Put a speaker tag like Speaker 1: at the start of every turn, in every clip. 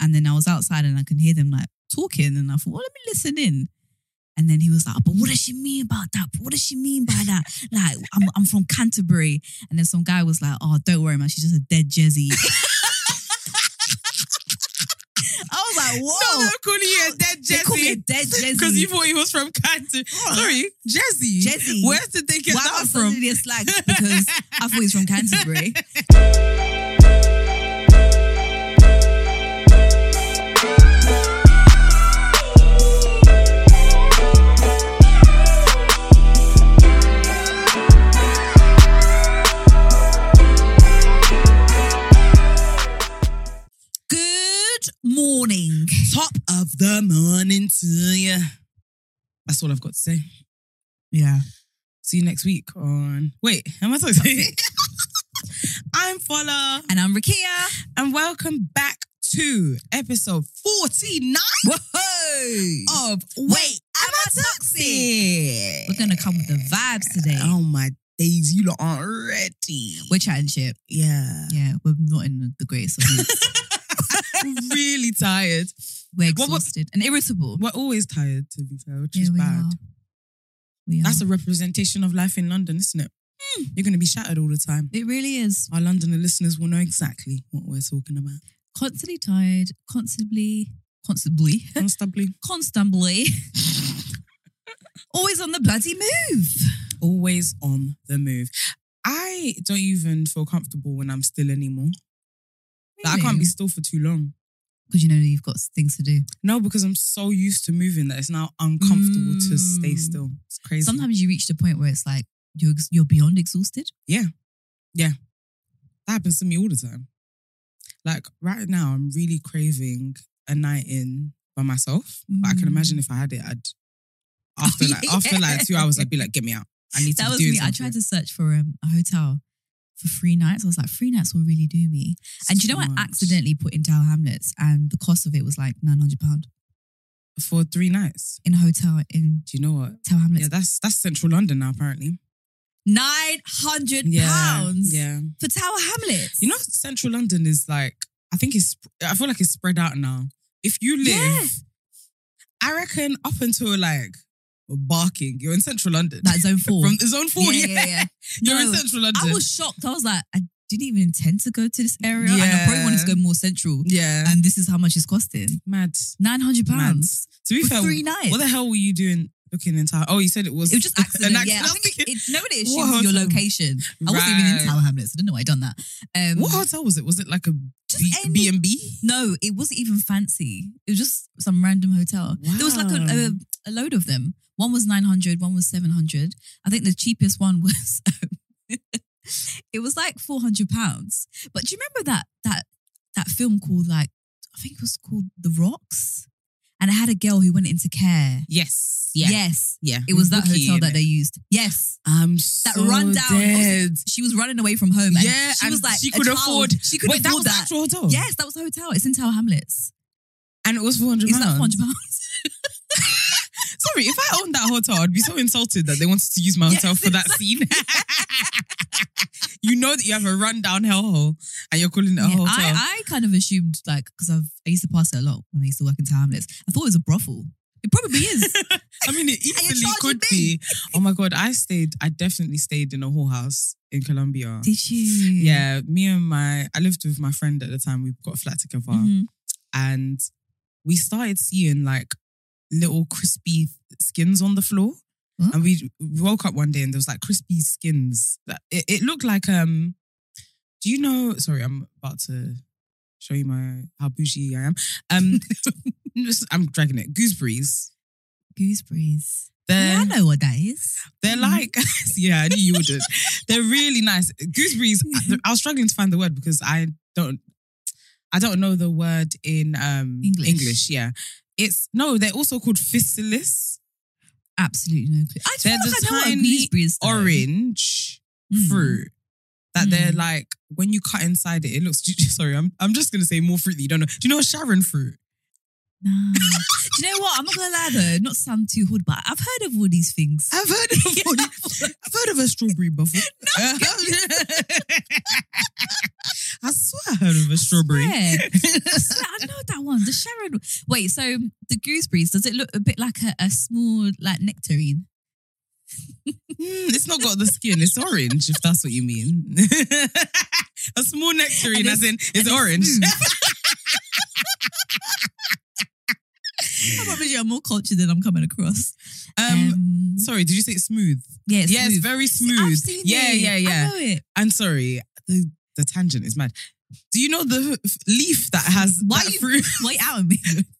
Speaker 1: And then I was outside and I can hear them like talking. And I thought, well, let me listen in. And then he was like, but what does she mean about that? But what does she mean by that? Like, I'm, I'm from Canterbury. And then some guy was like, oh, don't worry, man. She's just a dead Jezzy. I was like,
Speaker 2: No,
Speaker 1: whoa.
Speaker 2: they're calling you a dead
Speaker 1: they call me a
Speaker 2: Jesse.
Speaker 1: dead Jezzy.
Speaker 2: Because you thought he was from Canton. Sorry, Jesse.
Speaker 1: Jesse.
Speaker 2: Where did they get
Speaker 1: Why am I
Speaker 2: that from?
Speaker 1: suddenly a slag? Because I thought he's from Canterbury. Good morning.
Speaker 2: Top of the morning to you. That's all I've got to say.
Speaker 1: Yeah.
Speaker 2: See you next week on. Wait, am I supposed to say? I'm Fola,
Speaker 1: And I'm Rakia.
Speaker 2: and welcome back to episode Oh, 49
Speaker 1: Whoa.
Speaker 2: of
Speaker 1: Wait, am I toxic? We're gonna come with the vibes today.
Speaker 2: Oh my days, you lot aren't ready.
Speaker 1: We're chatting shit.
Speaker 2: yeah.
Speaker 1: Yeah, we're not in the greatest of moods.
Speaker 2: really tired.
Speaker 1: We're
Speaker 2: What- what-
Speaker 1: exhausted and irritable.
Speaker 2: We're always tired, to be fair, which is
Speaker 1: Yeah, we
Speaker 2: bad.
Speaker 1: are. We are.
Speaker 2: That's a representation of life in London, isn't it?
Speaker 1: Hmm.
Speaker 2: You're going to be shattered all the time.
Speaker 1: it really is.
Speaker 2: Our Londoner listeners will know exactly what we're talking about.
Speaker 1: Constantly tired, constantly, constantly,
Speaker 2: Constantly.
Speaker 1: constantly. Always on the bloody move.
Speaker 2: Always on the move. I don't even feel comfortable when I'm still anymore. Like, I can't be still for too long.
Speaker 1: because you know you've got things to do.
Speaker 2: No, because I'm so used to moving that it's now uncomfortable to stay
Speaker 1: Mm.
Speaker 2: still. It's crazy.
Speaker 1: Sometimes you reach the point where it's like you're ex- you're beyond exhausted.
Speaker 2: that happens to me all the time. Like right now, I'm really craving a night in by myself. But I can
Speaker 1: Mm.
Speaker 2: imagine if I had it, I'd after like after like two hours, I'd be like, "Get me out! I need to."
Speaker 1: That
Speaker 2: be
Speaker 1: was
Speaker 2: doing
Speaker 1: me. I
Speaker 2: something."
Speaker 1: tried to search for um, a hotel for three nights. I was like, three nights will really do me. And do you know, I
Speaker 2: Smart.
Speaker 1: accidentally put in Dow Hamlets, and the cost of it was like nine hundred pound
Speaker 2: for three nights.
Speaker 1: in a hotel in
Speaker 2: Do you know what?
Speaker 1: Dow Hamlets.
Speaker 2: Yeah, that's that's central London now. Apparently,
Speaker 1: Nine hundred
Speaker 2: yeah,
Speaker 1: pounds
Speaker 2: yeah.
Speaker 1: for Tower Hamlets.
Speaker 2: You know, central London is like I think it's I feel like it's spread out now. If you live,
Speaker 1: Yeah.
Speaker 2: I reckon up until like Barking, you're in central London.
Speaker 1: that zone four.
Speaker 2: From zone four, yeah,
Speaker 1: yeah, yeah, yeah.
Speaker 2: you're in
Speaker 1: No,
Speaker 2: central London.
Speaker 1: I was shocked. I was like, I didn't even intend to go to this area, and I
Speaker 2: Yeah.
Speaker 1: probably wanted to go more central.
Speaker 2: yeah,
Speaker 1: And this is how much it's costing:
Speaker 2: mad.
Speaker 1: nine hundred
Speaker 2: Mad.
Speaker 1: pounds
Speaker 2: To be
Speaker 1: for
Speaker 2: fair,
Speaker 1: three nights.
Speaker 2: what the hell were you doing looking in town? Oh, you said it was
Speaker 1: It was just
Speaker 2: an
Speaker 1: accident. Yeah, I
Speaker 2: accident.
Speaker 1: think it, it, nobody
Speaker 2: What
Speaker 1: assumes your
Speaker 2: hotel?
Speaker 1: location. I wasn't even in
Speaker 2: Right.
Speaker 1: Tower Hamlets. I don't know why I done that. Um,
Speaker 2: What hotel was it? Was it like a
Speaker 1: Just
Speaker 2: B-
Speaker 1: any-
Speaker 2: B&B?
Speaker 1: No, it wasn't even fancy. It was just some random hotel. There was like a,
Speaker 2: Wow.
Speaker 1: a, a load of them. One was 900, one was 700. I think the cheapest one was, um, it was like 400 pounds. But do you remember that, that, that film called like, I think it was called The Rocks? And I had a girl who went into care.
Speaker 2: Yes.
Speaker 1: Yes.
Speaker 2: Yeah.
Speaker 1: It was that
Speaker 2: Bookie
Speaker 1: hotel
Speaker 2: in
Speaker 1: that
Speaker 2: it.
Speaker 1: they used. Yes.
Speaker 2: I'm so
Speaker 1: That rundown.
Speaker 2: dead.
Speaker 1: She was running away from home. And
Speaker 2: Yeah,
Speaker 1: She was
Speaker 2: and
Speaker 1: like,
Speaker 2: she
Speaker 1: a
Speaker 2: could
Speaker 1: child.
Speaker 2: afford-
Speaker 1: She could
Speaker 2: Wait, that
Speaker 1: afford
Speaker 2: was
Speaker 1: that.
Speaker 2: the actual hotel?
Speaker 1: Yes, that was a hotel. It's in Tower Hamlets.
Speaker 2: And it was 400
Speaker 1: It's like
Speaker 2: pounds.
Speaker 1: 400 pounds.
Speaker 2: Sorry, if I owned that hotel, I'd be so insulted that they wanted to use my hotel
Speaker 1: Yes,
Speaker 2: for that scene. you know that you have a rundown hellhole and you're calling it a
Speaker 1: Yeah,
Speaker 2: hotel.
Speaker 1: I, I kind of assumed like because I've I used to pass it a lot when I used to work in town. Hamlets. I thought it was a brothel. It probably is.
Speaker 2: I mean, it
Speaker 1: you're
Speaker 2: easily
Speaker 1: charging
Speaker 2: could
Speaker 1: me.
Speaker 2: be. Oh my god, I stayed. I definitely stayed in a whorehouse in Colombia.
Speaker 1: Did you?
Speaker 2: Yeah, me and my I lived with my friend at the time. We got a flat together,
Speaker 1: Mhm.
Speaker 2: and we started seeing like little crispy skins on the floor.
Speaker 1: What?
Speaker 2: And we we woke up one day and there was like crispy skins. That- It, it looked like um. Do you know? Sorry, I'm about to show you my how bougie I am. Um, I'm dragging it. Gooseberries.
Speaker 1: Gooseberries.
Speaker 2: They're,
Speaker 1: yeah, I know what that is.
Speaker 2: They're
Speaker 1: Mhm.
Speaker 2: like, yeah, I knew you wouldn't. They're really nice. Gooseberries, I, I was struggling to find the word because I don't, I don't know the word in um
Speaker 1: English.
Speaker 2: English yeah. It's no, they're also called physalis,
Speaker 1: Absolutely no clue. I
Speaker 2: They're
Speaker 1: feel like
Speaker 2: the
Speaker 1: I know what a
Speaker 2: tiny
Speaker 1: gooseberry is, though.
Speaker 2: orange
Speaker 1: Mm.
Speaker 2: fruit. That they're
Speaker 1: Mm.
Speaker 2: like when you cut inside it, it looks. Sorry, I'm I'm just gonna say more fruit that you don't know. Do you know Sharon fruit?
Speaker 1: Nah. Do you know what? I'm not gonna lie though, not sound too hood, but I've heard of all these things.
Speaker 2: I've heard of one- I've heard of a strawberry Uh, before. I swear I heard of a strawberry.
Speaker 1: Yeah. So I know that one. The Sharon. Wait, so the gooseberries, does it look a bit like a, a small like nectarine?
Speaker 2: Mm, it's not got the skin. It's orange, if that's what you mean. a small nectarine,
Speaker 1: And
Speaker 2: as in it's
Speaker 1: and it's
Speaker 2: orange.
Speaker 1: I promise you, I'm more cultured than I'm coming across.
Speaker 2: Um,
Speaker 1: Um,
Speaker 2: sorry, did you say it's smooth?
Speaker 1: yeah, it's
Speaker 2: yeah, it's
Speaker 1: smooth.
Speaker 2: very
Speaker 1: See, I've
Speaker 2: smooth.
Speaker 1: seen
Speaker 2: yeah,
Speaker 1: it.
Speaker 2: yeah,
Speaker 1: I
Speaker 2: yeah.
Speaker 1: know it.
Speaker 2: I'm sorry, the the tangent is mad. Do you know the f- leaf that has
Speaker 1: Why
Speaker 2: that
Speaker 1: you-
Speaker 2: fruit?
Speaker 1: Wait out on me.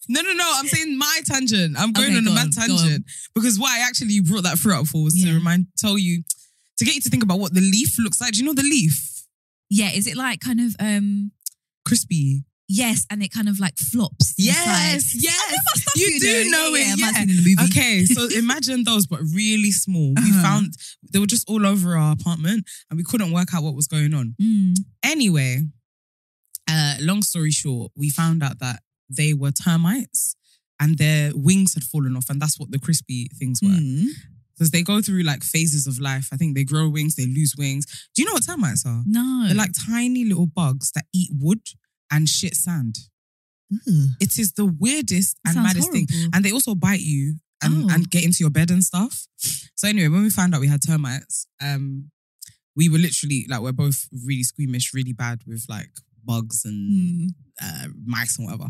Speaker 2: No, no, no. I'm saying my tangent. I'm going
Speaker 1: Okay,
Speaker 2: on
Speaker 1: go
Speaker 2: a mad
Speaker 1: on, go
Speaker 2: tangent because what I actually brought that fruit up for was
Speaker 1: Yeah.
Speaker 2: to remind, tell you, to get you to think about what the leaf looks like. Do you know the leaf?
Speaker 1: yeah, is it like kind of um
Speaker 2: Crispy.
Speaker 1: yes, and it kind of like flops. to the side? I know that stuff,
Speaker 2: You do know it,
Speaker 1: Yeah,
Speaker 2: yeah.
Speaker 1: I've seen in the movie.
Speaker 2: Okay, so imagine those, but really small. We
Speaker 1: Uh-huh.
Speaker 2: found they were just all over our apartment, and we couldn't work out what was going on.
Speaker 1: Mm.
Speaker 2: Anyway, uh, long story short, we found out that they were termites, and their wings had fallen off, and that's what the crispy things were.
Speaker 1: Mm.
Speaker 2: because they go through like phases of life. I think they grow wings, they lose wings. Do you know what termites are?
Speaker 1: No.
Speaker 2: They're like tiny little bugs that eat wood and shit sand.
Speaker 1: Ugh.
Speaker 2: It is the weirdest
Speaker 1: That
Speaker 2: and
Speaker 1: sounds
Speaker 2: maddest thing.
Speaker 1: horrible.
Speaker 2: And they also bite you and,
Speaker 1: Oh.
Speaker 2: and get into your bed and stuff. So anyway, when we found out we had termites, um, we were literally like we're both really squeamish, really bad with like bugs and
Speaker 1: Mm.
Speaker 2: uh, mice and whatever.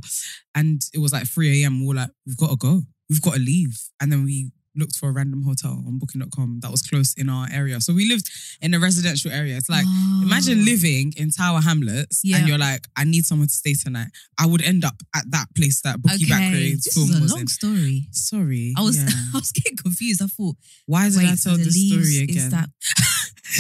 Speaker 2: And it was like 3 a.m. We were like, we've got to go. We've got to leave. And then we looked for a random hotel on booking.com that was close in our area. So we lived in a residential area. It's like,
Speaker 1: Oh.
Speaker 2: imagine living in Tower Hamlets
Speaker 1: Yeah.
Speaker 2: and you're like, I need somewhere to stay tonight. I would end up at that place that Bookie
Speaker 1: Okay,
Speaker 2: Backgrade's
Speaker 1: this
Speaker 2: film
Speaker 1: is a
Speaker 2: was
Speaker 1: long
Speaker 2: in.
Speaker 1: story.
Speaker 2: Sorry.
Speaker 1: I was
Speaker 2: yeah.
Speaker 1: I was getting confused. I thought,
Speaker 2: Why did
Speaker 1: wait,
Speaker 2: I
Speaker 1: so
Speaker 2: tell
Speaker 1: the
Speaker 2: this
Speaker 1: leaves
Speaker 2: story
Speaker 1: is
Speaker 2: again?
Speaker 1: that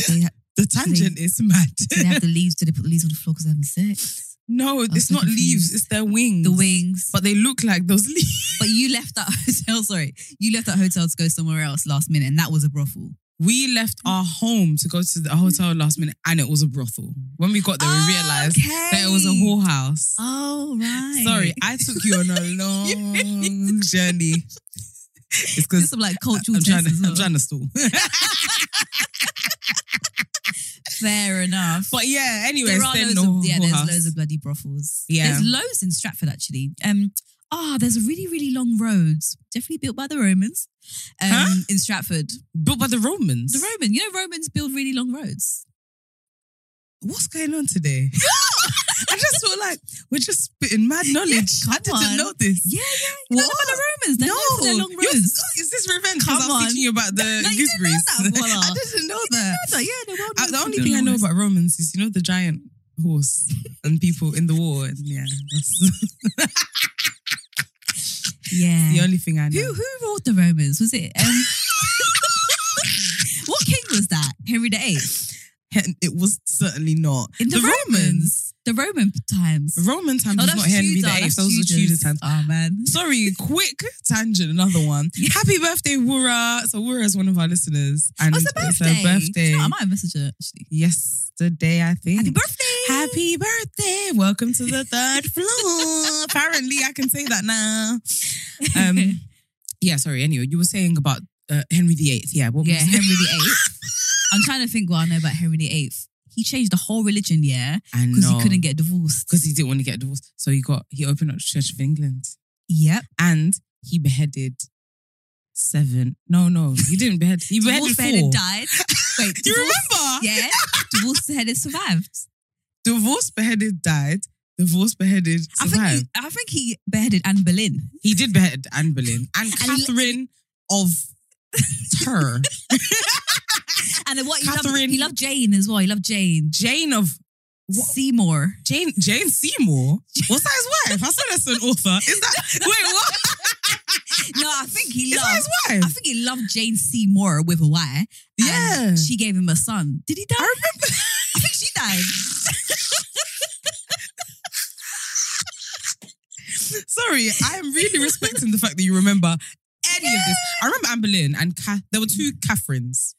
Speaker 1: they, ha-
Speaker 2: the tangent is mad.
Speaker 1: do they have the leaves? Do they put the leaves on the floor because they're having sex?
Speaker 2: no,
Speaker 1: was
Speaker 2: it's
Speaker 1: so
Speaker 2: not leaves,
Speaker 1: confused.
Speaker 2: it's their wings.
Speaker 1: The wings. But,
Speaker 2: But they look like those leaves.
Speaker 1: you left that hotel. Sorry, you left that hotel to go somewhere else last minute, and that was a brothel.
Speaker 2: We left our home to go to the hotel last minute and it was a brothel. When we got there, we realized that it was a
Speaker 1: Okay.
Speaker 2: whorehouse.
Speaker 1: Oh right.
Speaker 2: Sorry, I took you on a long journey. It's
Speaker 1: There's
Speaker 2: because
Speaker 1: some like cultural
Speaker 2: I'm trying,
Speaker 1: tests as well.
Speaker 2: to, I'm trying to stall.
Speaker 1: Fair enough.
Speaker 2: but yeah, anyway,
Speaker 1: there are
Speaker 2: stayed
Speaker 1: loads
Speaker 2: in a
Speaker 1: of yeah, there's
Speaker 2: whorehouse.
Speaker 1: loads of bloody brothels.
Speaker 2: Yeah.
Speaker 1: there's loads in Stratford actually. Um, ah, there's a really really long roads, definitely built by the Romans. Um,
Speaker 2: Huh?
Speaker 1: in Stratford,
Speaker 2: built by the Romans.
Speaker 1: the Roman, you know, Romans build really long roads.
Speaker 2: What's going on today? I just feel like we're just spitting mad knowledge. I
Speaker 1: come
Speaker 2: didn't
Speaker 1: on.
Speaker 2: know this.
Speaker 1: Yeah, yeah. You don't know about the Romans? They're
Speaker 2: No,
Speaker 1: known for their long
Speaker 2: You're-
Speaker 1: roads.
Speaker 2: is this revenge? Because I
Speaker 1: Come
Speaker 2: was
Speaker 1: on.
Speaker 2: teaching you about the
Speaker 1: No, you didn't know
Speaker 2: gooseberries.
Speaker 1: that, voila.
Speaker 2: I didn't know that.
Speaker 1: Yeah, they're well
Speaker 2: Uh,
Speaker 1: known
Speaker 2: the
Speaker 1: for
Speaker 2: only
Speaker 1: their
Speaker 2: thing I
Speaker 1: long
Speaker 2: know
Speaker 1: roads.
Speaker 2: about Romans is you know the giant horse and people in the war, and yeah, that's
Speaker 1: yeah.
Speaker 2: the only thing I know.
Speaker 1: who who ruled the Romans? Was it um? what king was that? Henry VIII.
Speaker 2: Hen- It was certainly not
Speaker 1: In the,
Speaker 2: Romans.
Speaker 1: Romans. the Roman times. Oh,
Speaker 2: Roman time was
Speaker 1: that's
Speaker 2: not Henry
Speaker 1: Tudor,
Speaker 2: VIII.
Speaker 1: that's
Speaker 2: Those were
Speaker 1: Tudors.
Speaker 2: Tudor times.
Speaker 1: Oh man.
Speaker 2: Sorry, quick tangent. Another one.
Speaker 1: Yeah.
Speaker 2: Happy birthday, Wura. So Wura is one of our listeners, and
Speaker 1: Oh, it's her birthday.
Speaker 2: her birthday
Speaker 1: You know, I might have messaged her actually.
Speaker 2: yesterday. I think.
Speaker 1: Happy birthday!
Speaker 2: Happy birthday. Welcome to the third floor. Apparently, I can say that now. Um, yeah, sorry. Anyway, you were saying about uh, Henry VIII. Yeah, what
Speaker 1: yeah,
Speaker 2: was
Speaker 1: Henry the Eighth. I'm trying to think what I know about Henry the Eighth. He changed the whole religion, yeah,
Speaker 2: I
Speaker 1: because
Speaker 2: know.
Speaker 1: he couldn't get divorced.
Speaker 2: Because he didn't want to get divorced. So he got, he opened up the Church of England
Speaker 1: Yep.
Speaker 2: and he beheaded seven. No, no, he didn't behead. He beheaded
Speaker 1: Divorced
Speaker 2: four.
Speaker 1: the head and died. Wait,
Speaker 2: You
Speaker 1: divorced-
Speaker 2: remember?
Speaker 1: Yeah, divorced the head and survived.
Speaker 2: Divorce beheaded died. Divorce beheaded
Speaker 1: I think
Speaker 2: survived.
Speaker 1: he, I think he beheaded Anne Boleyn.
Speaker 2: He did behead Anne Boleyn
Speaker 1: And
Speaker 2: and
Speaker 1: he-
Speaker 2: Catherine of Tur.
Speaker 1: And then what he
Speaker 2: Catherine-
Speaker 1: loved, he loved Jane as well. He loved Jane.
Speaker 2: Jane of What?
Speaker 1: Seymour.
Speaker 2: Jane Jane Seymour. Was that his wife? I said that's an author. Is that wait what?
Speaker 1: No, I think he
Speaker 2: Is
Speaker 1: loved.
Speaker 2: that his
Speaker 1: I
Speaker 2: wife?
Speaker 1: think he loved Jane Seymour with a Y. and
Speaker 2: Yeah.
Speaker 1: She gave him a son. Did he die? I remember. I think she died.
Speaker 2: Sorry, I am really respecting the fact that you remember any of this. I remember Anne Boleyn and Ca- there were two Catherines.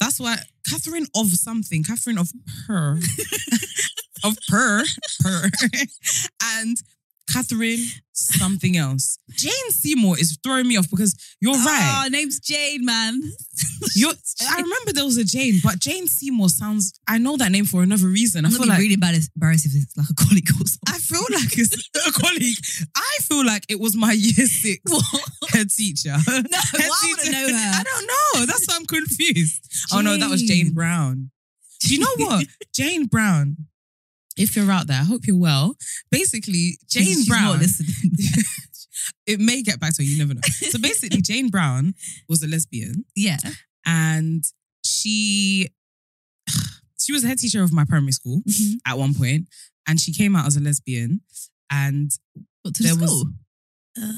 Speaker 2: That's why Catherine of something, Catherine of her, of her, her, and Catherine something else. Jane Seymour is throwing me off because you're right.
Speaker 1: Oh, name's Jane, man.
Speaker 2: You're, I remember there was a Jane, but Jane Seymour sounds. I know that name for another reason. I
Speaker 1: I'm gonna
Speaker 2: feel
Speaker 1: be
Speaker 2: like
Speaker 1: really bad embarrassed if it's like a colleague or something.
Speaker 2: I feel like it's a colleague. I feel like it was my year six head teacher.
Speaker 1: No,
Speaker 2: Head
Speaker 1: why would I
Speaker 2: teacher-
Speaker 1: know her?
Speaker 2: I don't know. That's why I'm confused. Oh no, that was
Speaker 1: Jane.
Speaker 2: Jane Brown. Do you know what? Jane Brown. If you're out there, I hope you're well. Basically, Jane
Speaker 1: She's- she's not
Speaker 2: Brown.
Speaker 1: listening.
Speaker 2: It may get back to her, you never know. So basically, Jane Brown was a lesbian.
Speaker 1: yeah.
Speaker 2: and she she was the head teacher of my primary school
Speaker 1: Mhm.
Speaker 2: at one point, and she came out as a lesbian. And
Speaker 1: But to
Speaker 2: There
Speaker 1: the
Speaker 2: was- Uh,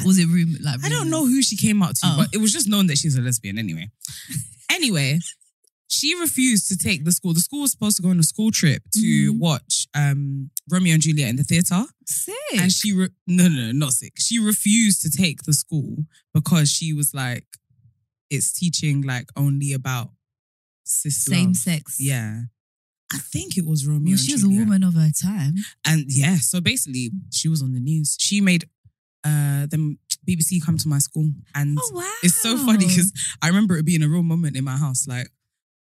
Speaker 1: school? was it room like
Speaker 2: I don't
Speaker 1: roommates?
Speaker 2: know who she came out to,
Speaker 1: Oh.
Speaker 2: but it was just known that she's a lesbian anyway. anyway, she refused to take the school. The school was supposed to go on a school trip to
Speaker 1: Mhm.
Speaker 2: watch um, Romeo and Juliet in the theater,
Speaker 1: Sick.
Speaker 2: and she re- no, no no not sick. She refused to take the school because she was like, it's teaching like only about cis
Speaker 1: Same
Speaker 2: love.
Speaker 1: sex.
Speaker 2: Yeah. I think it was Romeo.
Speaker 1: Well,
Speaker 2: and
Speaker 1: she was a
Speaker 2: Juliet.
Speaker 1: woman of her time.
Speaker 2: And yeah, so basically she was on the news. She made uh them BBC come to my school and
Speaker 1: Oh wow.
Speaker 2: it's so funny because I remember it being a real moment in my house, like,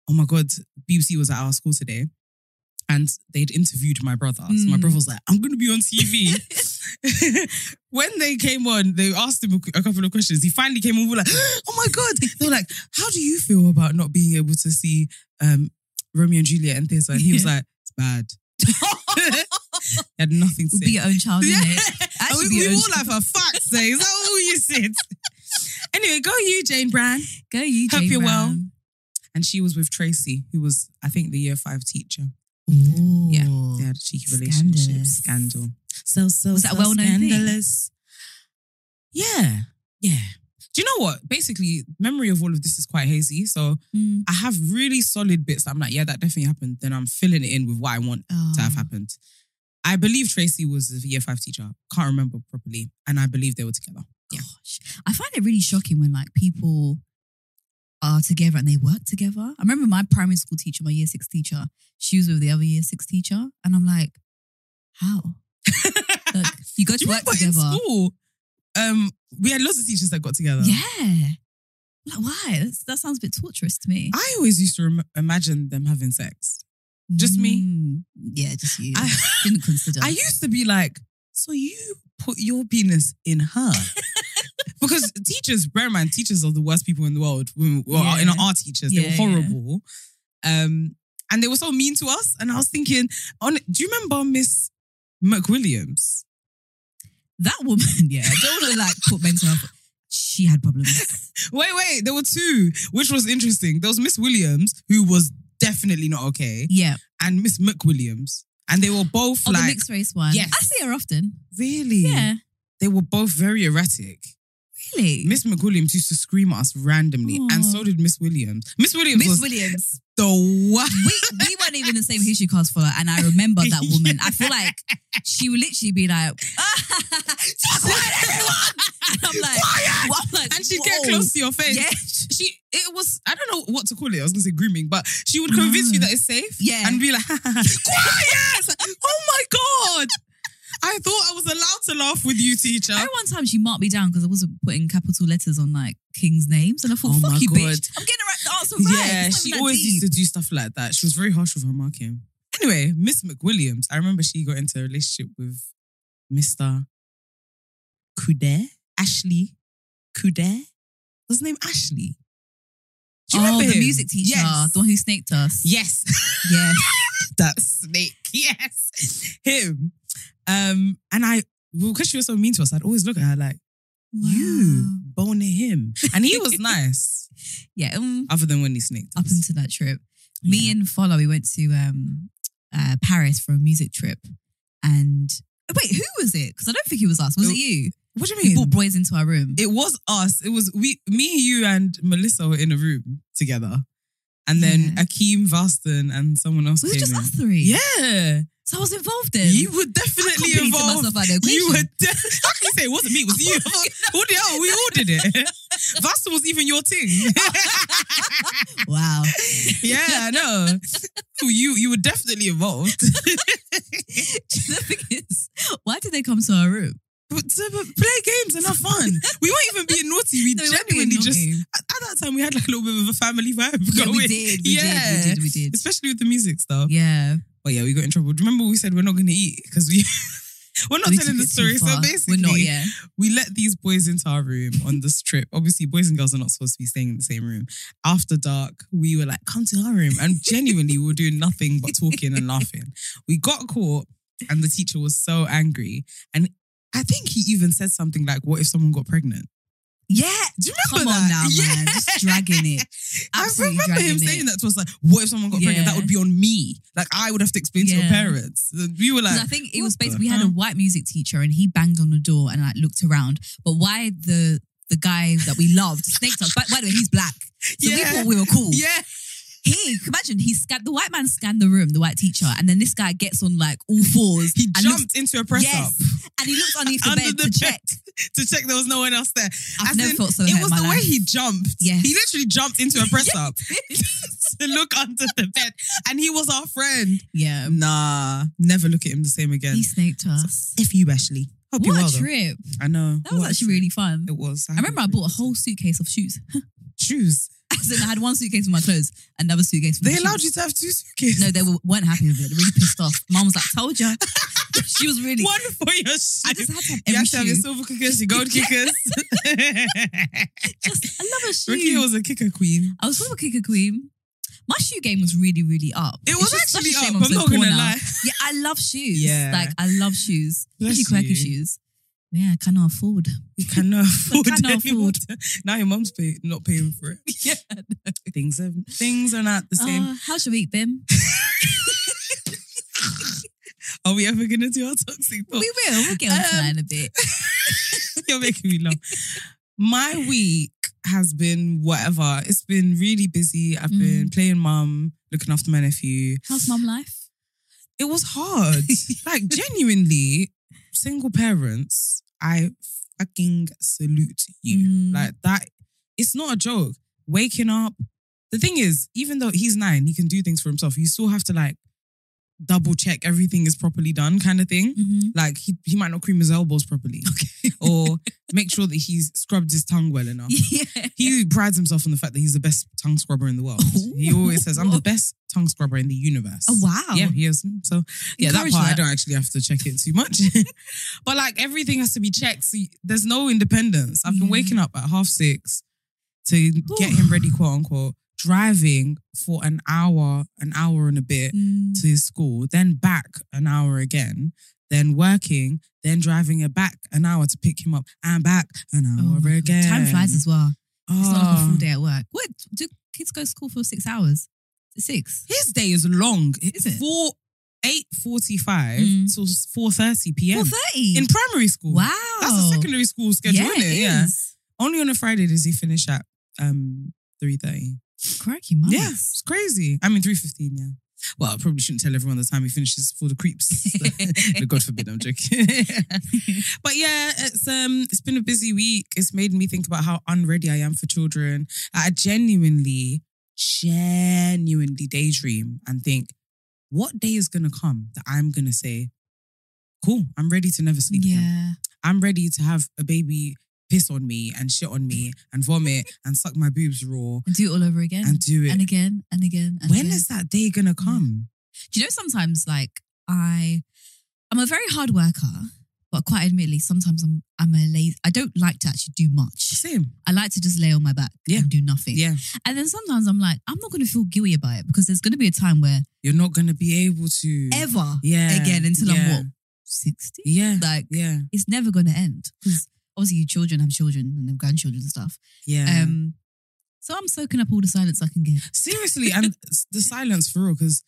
Speaker 2: oh my God, BBC was at our school today. And they'd interviewed my brother. So my
Speaker 1: Mm.
Speaker 2: brother was like, I'm going to be on TV. when they came on, they asked him a couple of questions. He finally came on, we were like, oh my God. They were like, how do you feel about not being able to see um, Romeo and Juliet and theatre? And he was like, it's bad. he had nothing to
Speaker 1: It'll
Speaker 2: say.
Speaker 1: be your own child,
Speaker 2: Yeah.
Speaker 1: innit? That
Speaker 2: And
Speaker 1: should be
Speaker 2: Oh, we, we
Speaker 1: your own
Speaker 2: all have a fact, say. Is that all you said? anyway, go you, Jane Brand.
Speaker 1: Go you,
Speaker 2: Hope
Speaker 1: Jane
Speaker 2: you're well.
Speaker 1: Brown.
Speaker 2: and she was with Tracy, who was, I think, the year five teacher.
Speaker 1: Ooh.
Speaker 2: Yeah, They had a cheeky relationship.
Speaker 1: Scandalous.
Speaker 2: Scandal. So, so,
Speaker 1: Was that
Speaker 2: so
Speaker 1: well-known thing?
Speaker 2: scandalous. Yeah. Yeah. Do you know what? Basically, memory of all of this is quite hazy. So
Speaker 1: Mm.
Speaker 2: I have really solid bits. that I'm like, yeah, that definitely happened. Then I'm filling it in with what I want
Speaker 1: Oh.
Speaker 2: to have happened. I believe Tracy was the year five teacher. Can't remember properly. And I believe they were together. Yeah.
Speaker 1: Gosh. I find it really shocking when like people are together and they work together. I remember my primary school teacher, my year six teacher, she was with the other year six teacher. And I'm like, how? Like, you go
Speaker 2: Do
Speaker 1: to
Speaker 2: Ah, you
Speaker 1: work
Speaker 2: remember in
Speaker 1: together.
Speaker 2: school? Um, we had lots of teachers that got
Speaker 1: Mm.
Speaker 2: together.
Speaker 1: Yeah. Like, why? That's, that sounds a bit torturous to me.
Speaker 2: I always used to rem- imagine them having sex. just me?
Speaker 1: Mm. Yeah, just you.
Speaker 2: I,
Speaker 1: Didn't consider.
Speaker 2: I used to be like, so you put your penis in her. because teachers, bear in mind, teachers are the worst people in the world. We- Well, our- in
Speaker 1: Yeah.
Speaker 2: our teachers, they
Speaker 1: Yeah,
Speaker 2: were
Speaker 1: yeah.
Speaker 2: horrible. Um, and they were so mean to us. And I was thinking, on, do you remember Miss McWilliams?
Speaker 1: that woman, yeah. I don't want to like put mental health. She had problems.
Speaker 2: Wait, wait, there were two, which was interesting. There was Miss Williams, who was definitely not okay,
Speaker 1: Yeah.
Speaker 2: and Miss McWilliams. And they were both
Speaker 1: Oh, the
Speaker 2: like,
Speaker 1: mixed race one.
Speaker 2: Yes.
Speaker 1: I see her often.
Speaker 2: really?
Speaker 1: Yeah.
Speaker 2: They were both very erratic.
Speaker 1: Really?
Speaker 2: Miss McWilliams used to scream at us randomly,
Speaker 1: Aw.
Speaker 2: and so did Miss Williams. Miss Williams
Speaker 1: Miss
Speaker 2: was
Speaker 1: Williams.
Speaker 2: the worst.
Speaker 1: we we weren't even in the same history class for her, and I remember that woman. I feel like she would literally be like, "Just quiet, everyone!" And I'm like,
Speaker 2: Quiet!
Speaker 1: well, I'm like
Speaker 2: And she'd
Speaker 1: whoa.
Speaker 2: get close to your face.
Speaker 1: Yeah,
Speaker 2: She, it was, I don't know what to call it. I was gonna say grooming, but she would convince
Speaker 1: No.
Speaker 2: you that it's safe
Speaker 1: Mm. Yeah.
Speaker 2: and be like, quiet! oh my God. I thought I was allowed to laugh with you, teacher.
Speaker 1: I remember one time she marked me down because I wasn't putting capital letters on like King's names, and I thought,
Speaker 2: Oh
Speaker 1: "Fuck
Speaker 2: my
Speaker 1: you,
Speaker 2: God.
Speaker 1: bitch! I'm getting the right the answer right."
Speaker 2: Yeah,
Speaker 1: It's not
Speaker 2: she
Speaker 1: even that
Speaker 2: always
Speaker 1: deep.
Speaker 2: used to do stuff like that. She was very harsh with her marking. Anyway, Miss McWilliams, I remember she got into a relationship with Mr. Coudet, Ashley Coudet. Was his name Ashley? Do you
Speaker 1: oh,
Speaker 2: remember
Speaker 1: the
Speaker 2: him?
Speaker 1: music teacher,
Speaker 2: Yes.
Speaker 1: the one who snaked us.
Speaker 2: Yes,
Speaker 1: yeah.
Speaker 2: that snake. Yes, him. Um, and I, well, because she was so mean to us, I'd always look at her like, "You
Speaker 1: Wow.
Speaker 2: boning him," and he was nice,
Speaker 1: yeah. um,
Speaker 2: other than when he snaked.
Speaker 1: up
Speaker 2: us.
Speaker 1: until that trip. Me and Follow, we went to um, uh, Paris for a music trip. And wait, who was it? Because I don't think it was us. Was it,
Speaker 2: It-
Speaker 1: you?
Speaker 2: what do you
Speaker 1: You
Speaker 2: mean?
Speaker 1: brought boys into our room.
Speaker 2: it was us. It was we, me, you, and Melissa were in a room together, and then
Speaker 1: Yeah.
Speaker 2: Akeem Varston and someone else.
Speaker 1: was it
Speaker 2: came
Speaker 1: just
Speaker 2: in.
Speaker 1: us three?
Speaker 2: Yeah,
Speaker 1: So I was involved in.
Speaker 2: You were
Speaker 1: I
Speaker 2: definitely
Speaker 1: completely took
Speaker 2: involved.
Speaker 1: myself out of the equation.
Speaker 2: You were. De- How can you say it wasn't me? It was you. Who the hell? We all did it. Vasta was even your thing.
Speaker 1: wow.
Speaker 2: yeah, I know. You you were definitely involved.
Speaker 1: the thing is, why did they come to our room?
Speaker 2: But, uh, but play games and have fun. We weren't even being naughty. We
Speaker 1: No, weren't being
Speaker 2: genuinely just
Speaker 1: naughty.
Speaker 2: at, at that time we had like a little bit of a family vibe
Speaker 1: Yeah,
Speaker 2: going.
Speaker 1: we did. We did.
Speaker 2: Yeah.
Speaker 1: We did. We did.
Speaker 2: Especially with the music stuff.
Speaker 1: Yeah.
Speaker 2: But yeah, we got in trouble. Do you remember we said we're not going to eat because we we're not
Speaker 1: We took
Speaker 2: telling the
Speaker 1: it too
Speaker 2: story. So
Speaker 1: far.
Speaker 2: basically,
Speaker 1: we're not. Yeah.
Speaker 2: we let these boys into our room on this trip. Obviously, boys and girls are not supposed to be staying in the same room. After dark, we were like, come to our room. And genuinely, we were doing nothing but talking and laughing. We got caught, and the teacher was so angry. And I think he even said something like, what if someone got pregnant?
Speaker 1: Yeah.
Speaker 2: Do you
Speaker 1: Come
Speaker 2: remember
Speaker 1: on
Speaker 2: that?
Speaker 1: now, man.
Speaker 2: Yeah.
Speaker 1: Just dragging it.
Speaker 2: I
Speaker 1: Absolutely
Speaker 2: remember him
Speaker 1: dragging it.
Speaker 2: saying that to us, like, what if someone got pregnant?
Speaker 1: Yeah.
Speaker 2: That would be on me. Like, I would have to explain to your
Speaker 1: Yeah.
Speaker 2: parents. We were
Speaker 1: 'Cause
Speaker 2: like,
Speaker 1: I think it was
Speaker 2: what the
Speaker 1: basically we had a
Speaker 2: hell?
Speaker 1: white music teacher and he banged on the door and like looked around. But why the the guy that we loved snaked us? By, by the way, he's black. So we
Speaker 2: Yeah.
Speaker 1: thought we were cool.
Speaker 2: yeah.
Speaker 1: He imagine he scanned the white man scanned the room, the white teacher, and then this guy gets on like all fours.
Speaker 2: He
Speaker 1: and looks,
Speaker 2: jumped into a press
Speaker 1: yes,
Speaker 2: up
Speaker 1: and he looks underneath the
Speaker 2: Under
Speaker 1: bed
Speaker 2: the
Speaker 1: to
Speaker 2: bed.
Speaker 1: check.
Speaker 2: to check there was no one else there.
Speaker 1: I've
Speaker 2: As
Speaker 1: never
Speaker 2: in,
Speaker 1: felt so
Speaker 2: It
Speaker 1: hurt
Speaker 2: was
Speaker 1: in my
Speaker 2: the way
Speaker 1: life.
Speaker 2: he jumped.
Speaker 1: Yes.
Speaker 2: He literally jumped into a press up to look under the bed. And he was our friend.
Speaker 1: yeah,
Speaker 2: Nah, never look at him the same again.
Speaker 1: he snaked us.
Speaker 2: If you, Ashley. Hope you're
Speaker 1: what
Speaker 2: well,
Speaker 1: a
Speaker 2: though.
Speaker 1: trip!
Speaker 2: I know.
Speaker 1: That was
Speaker 2: What a
Speaker 1: actually
Speaker 2: trip.
Speaker 1: really fun.
Speaker 2: It was.
Speaker 1: I remember I bought a whole suitcase of shoes.
Speaker 2: shoes.
Speaker 1: As in, I had one suitcase for my clothes, another suitcase for
Speaker 2: They
Speaker 1: my
Speaker 2: allowed
Speaker 1: shoes.
Speaker 2: you to have two suitcases.
Speaker 1: No, they were, weren't happy with it. They were really pissed off. Mom was like, "Told you." she was really.
Speaker 2: One for your shoes.
Speaker 1: I just had to have
Speaker 2: you
Speaker 1: every
Speaker 2: have to have your
Speaker 1: shoe.
Speaker 2: silver kickers, your gold kickers.
Speaker 1: Just, I love a shoe.
Speaker 2: Ricky was a kicker queen.
Speaker 1: I was sort of a kicker queen. My shoe game was really, really up.
Speaker 2: It
Speaker 1: It's
Speaker 2: was
Speaker 1: just such a
Speaker 2: actually
Speaker 1: shame
Speaker 2: up.
Speaker 1: I'm
Speaker 2: I'm
Speaker 1: so
Speaker 2: not gonna
Speaker 1: poor now.
Speaker 2: lie.
Speaker 1: Yeah, I love shoes.
Speaker 2: Yeah.
Speaker 1: Like I love shoes.
Speaker 2: Bless
Speaker 1: Especially quirky
Speaker 2: you.
Speaker 1: shoes. Yeah, I cannot afford.
Speaker 2: You cannot afford.
Speaker 1: cannot
Speaker 2: anymore.
Speaker 1: afford.
Speaker 2: Now your mom's pay, not paying for it.
Speaker 1: Yeah.
Speaker 2: Things are things are not the same.
Speaker 1: Uh, how's your week, Bim?
Speaker 2: are we ever gonna do our toxic? Talk?
Speaker 1: Ah. we will. We'll get on to
Speaker 2: Oh. Um,
Speaker 1: that in a bit.
Speaker 2: You're making me laugh. My week has been whatever. It's been really busy. I've
Speaker 1: Mm-hmm.
Speaker 2: been playing mum, looking after my nephew.
Speaker 1: How's mum life?
Speaker 2: It was hard. like genuinely, single parents, I fucking salute you.
Speaker 1: Mhm.
Speaker 2: Like that, it's not a joke. Waking up. The thing is, even though he's nine, he can do things for himself. You still have to like double check everything is properly done, kind of thing.
Speaker 1: Mhm.
Speaker 2: Like he, he might not cream his elbows properly, or make sure that he's scrubbed his tongue well enough.
Speaker 1: Yeah.
Speaker 2: He prides himself on the fact that he's the best tongue scrubber in the world. He always says, "I'm the best tongue scrubber in the universe."
Speaker 1: Oh, wow.
Speaker 2: Yeah, he is. So yeah, that
Speaker 1: Encourage
Speaker 2: part I
Speaker 1: that.
Speaker 2: don't actually have to check it too much. but like everything has to be checked. So you- there's no independence. I've been
Speaker 1: Yeah.
Speaker 2: waking up at half six to get him ready, quote unquote, driving for an hour, an hour and a bit
Speaker 1: Mm.
Speaker 2: to his school, then back an hour again, then working, then driving it back an hour to pick him up and back an
Speaker 1: Oh
Speaker 2: hour
Speaker 1: my God.
Speaker 2: again.
Speaker 1: Time flies as well. It's not like a full
Speaker 2: Oh.
Speaker 1: day at work. What do kids go to school for six hours? Six.
Speaker 2: His day is long.
Speaker 1: Is it?
Speaker 2: Four, 8.45
Speaker 1: Mm.
Speaker 2: till 4.30 p.m.
Speaker 1: Four thirty.
Speaker 2: in primary school.
Speaker 1: Wow.
Speaker 2: That's a secondary school schedule,
Speaker 1: Oh. yeah,
Speaker 2: isn't it? yeah.
Speaker 1: is.
Speaker 2: Only on a Friday does he finish at um three thirty.
Speaker 1: Crikey, mum.
Speaker 2: Yeah, it's crazy. I mean three fifteen. Yeah. Well, I probably shouldn't tell everyone the time he finishes for the creeps. But God forbid, I'm joking. but yeah, it's um, it's been a busy week. It's made me think about how unready I am for children. I genuinely, genuinely daydream and think, what day is gonna come that I'm gonna say, cool, I'm ready to never sleep again.
Speaker 1: Yeah.
Speaker 2: I'm ready to have a baby piss on me and shit on me and vomit and suck my boobs raw
Speaker 1: And do it all over again.
Speaker 2: and do
Speaker 1: and
Speaker 2: it.
Speaker 1: again Mm. and again. And
Speaker 2: When
Speaker 1: again.
Speaker 2: is that day gonna come?
Speaker 1: Do you know sometimes like I I'm a very hard worker, but quite admittedly, sometimes I'm I'm a lazy I don't like to actually do much.
Speaker 2: Same.
Speaker 1: I like to just lay on my back
Speaker 2: Yeah.
Speaker 1: and do nothing.
Speaker 2: Yeah.
Speaker 1: And then sometimes I'm like, I'm not gonna feel guilty about it because there's gonna be a time where
Speaker 2: You're not gonna be able to
Speaker 1: ever
Speaker 2: yeah.
Speaker 1: again until I'm
Speaker 2: yeah.
Speaker 1: what, sixty?
Speaker 2: Yeah.
Speaker 1: Like
Speaker 2: Yeah.
Speaker 1: it's never gonna end. Because obviously you children have children and have grandchildren and stuff.
Speaker 2: Yeah.
Speaker 1: Um so I'm soaking up all the silence I can get.
Speaker 2: Seriously, and s- the silence for real, because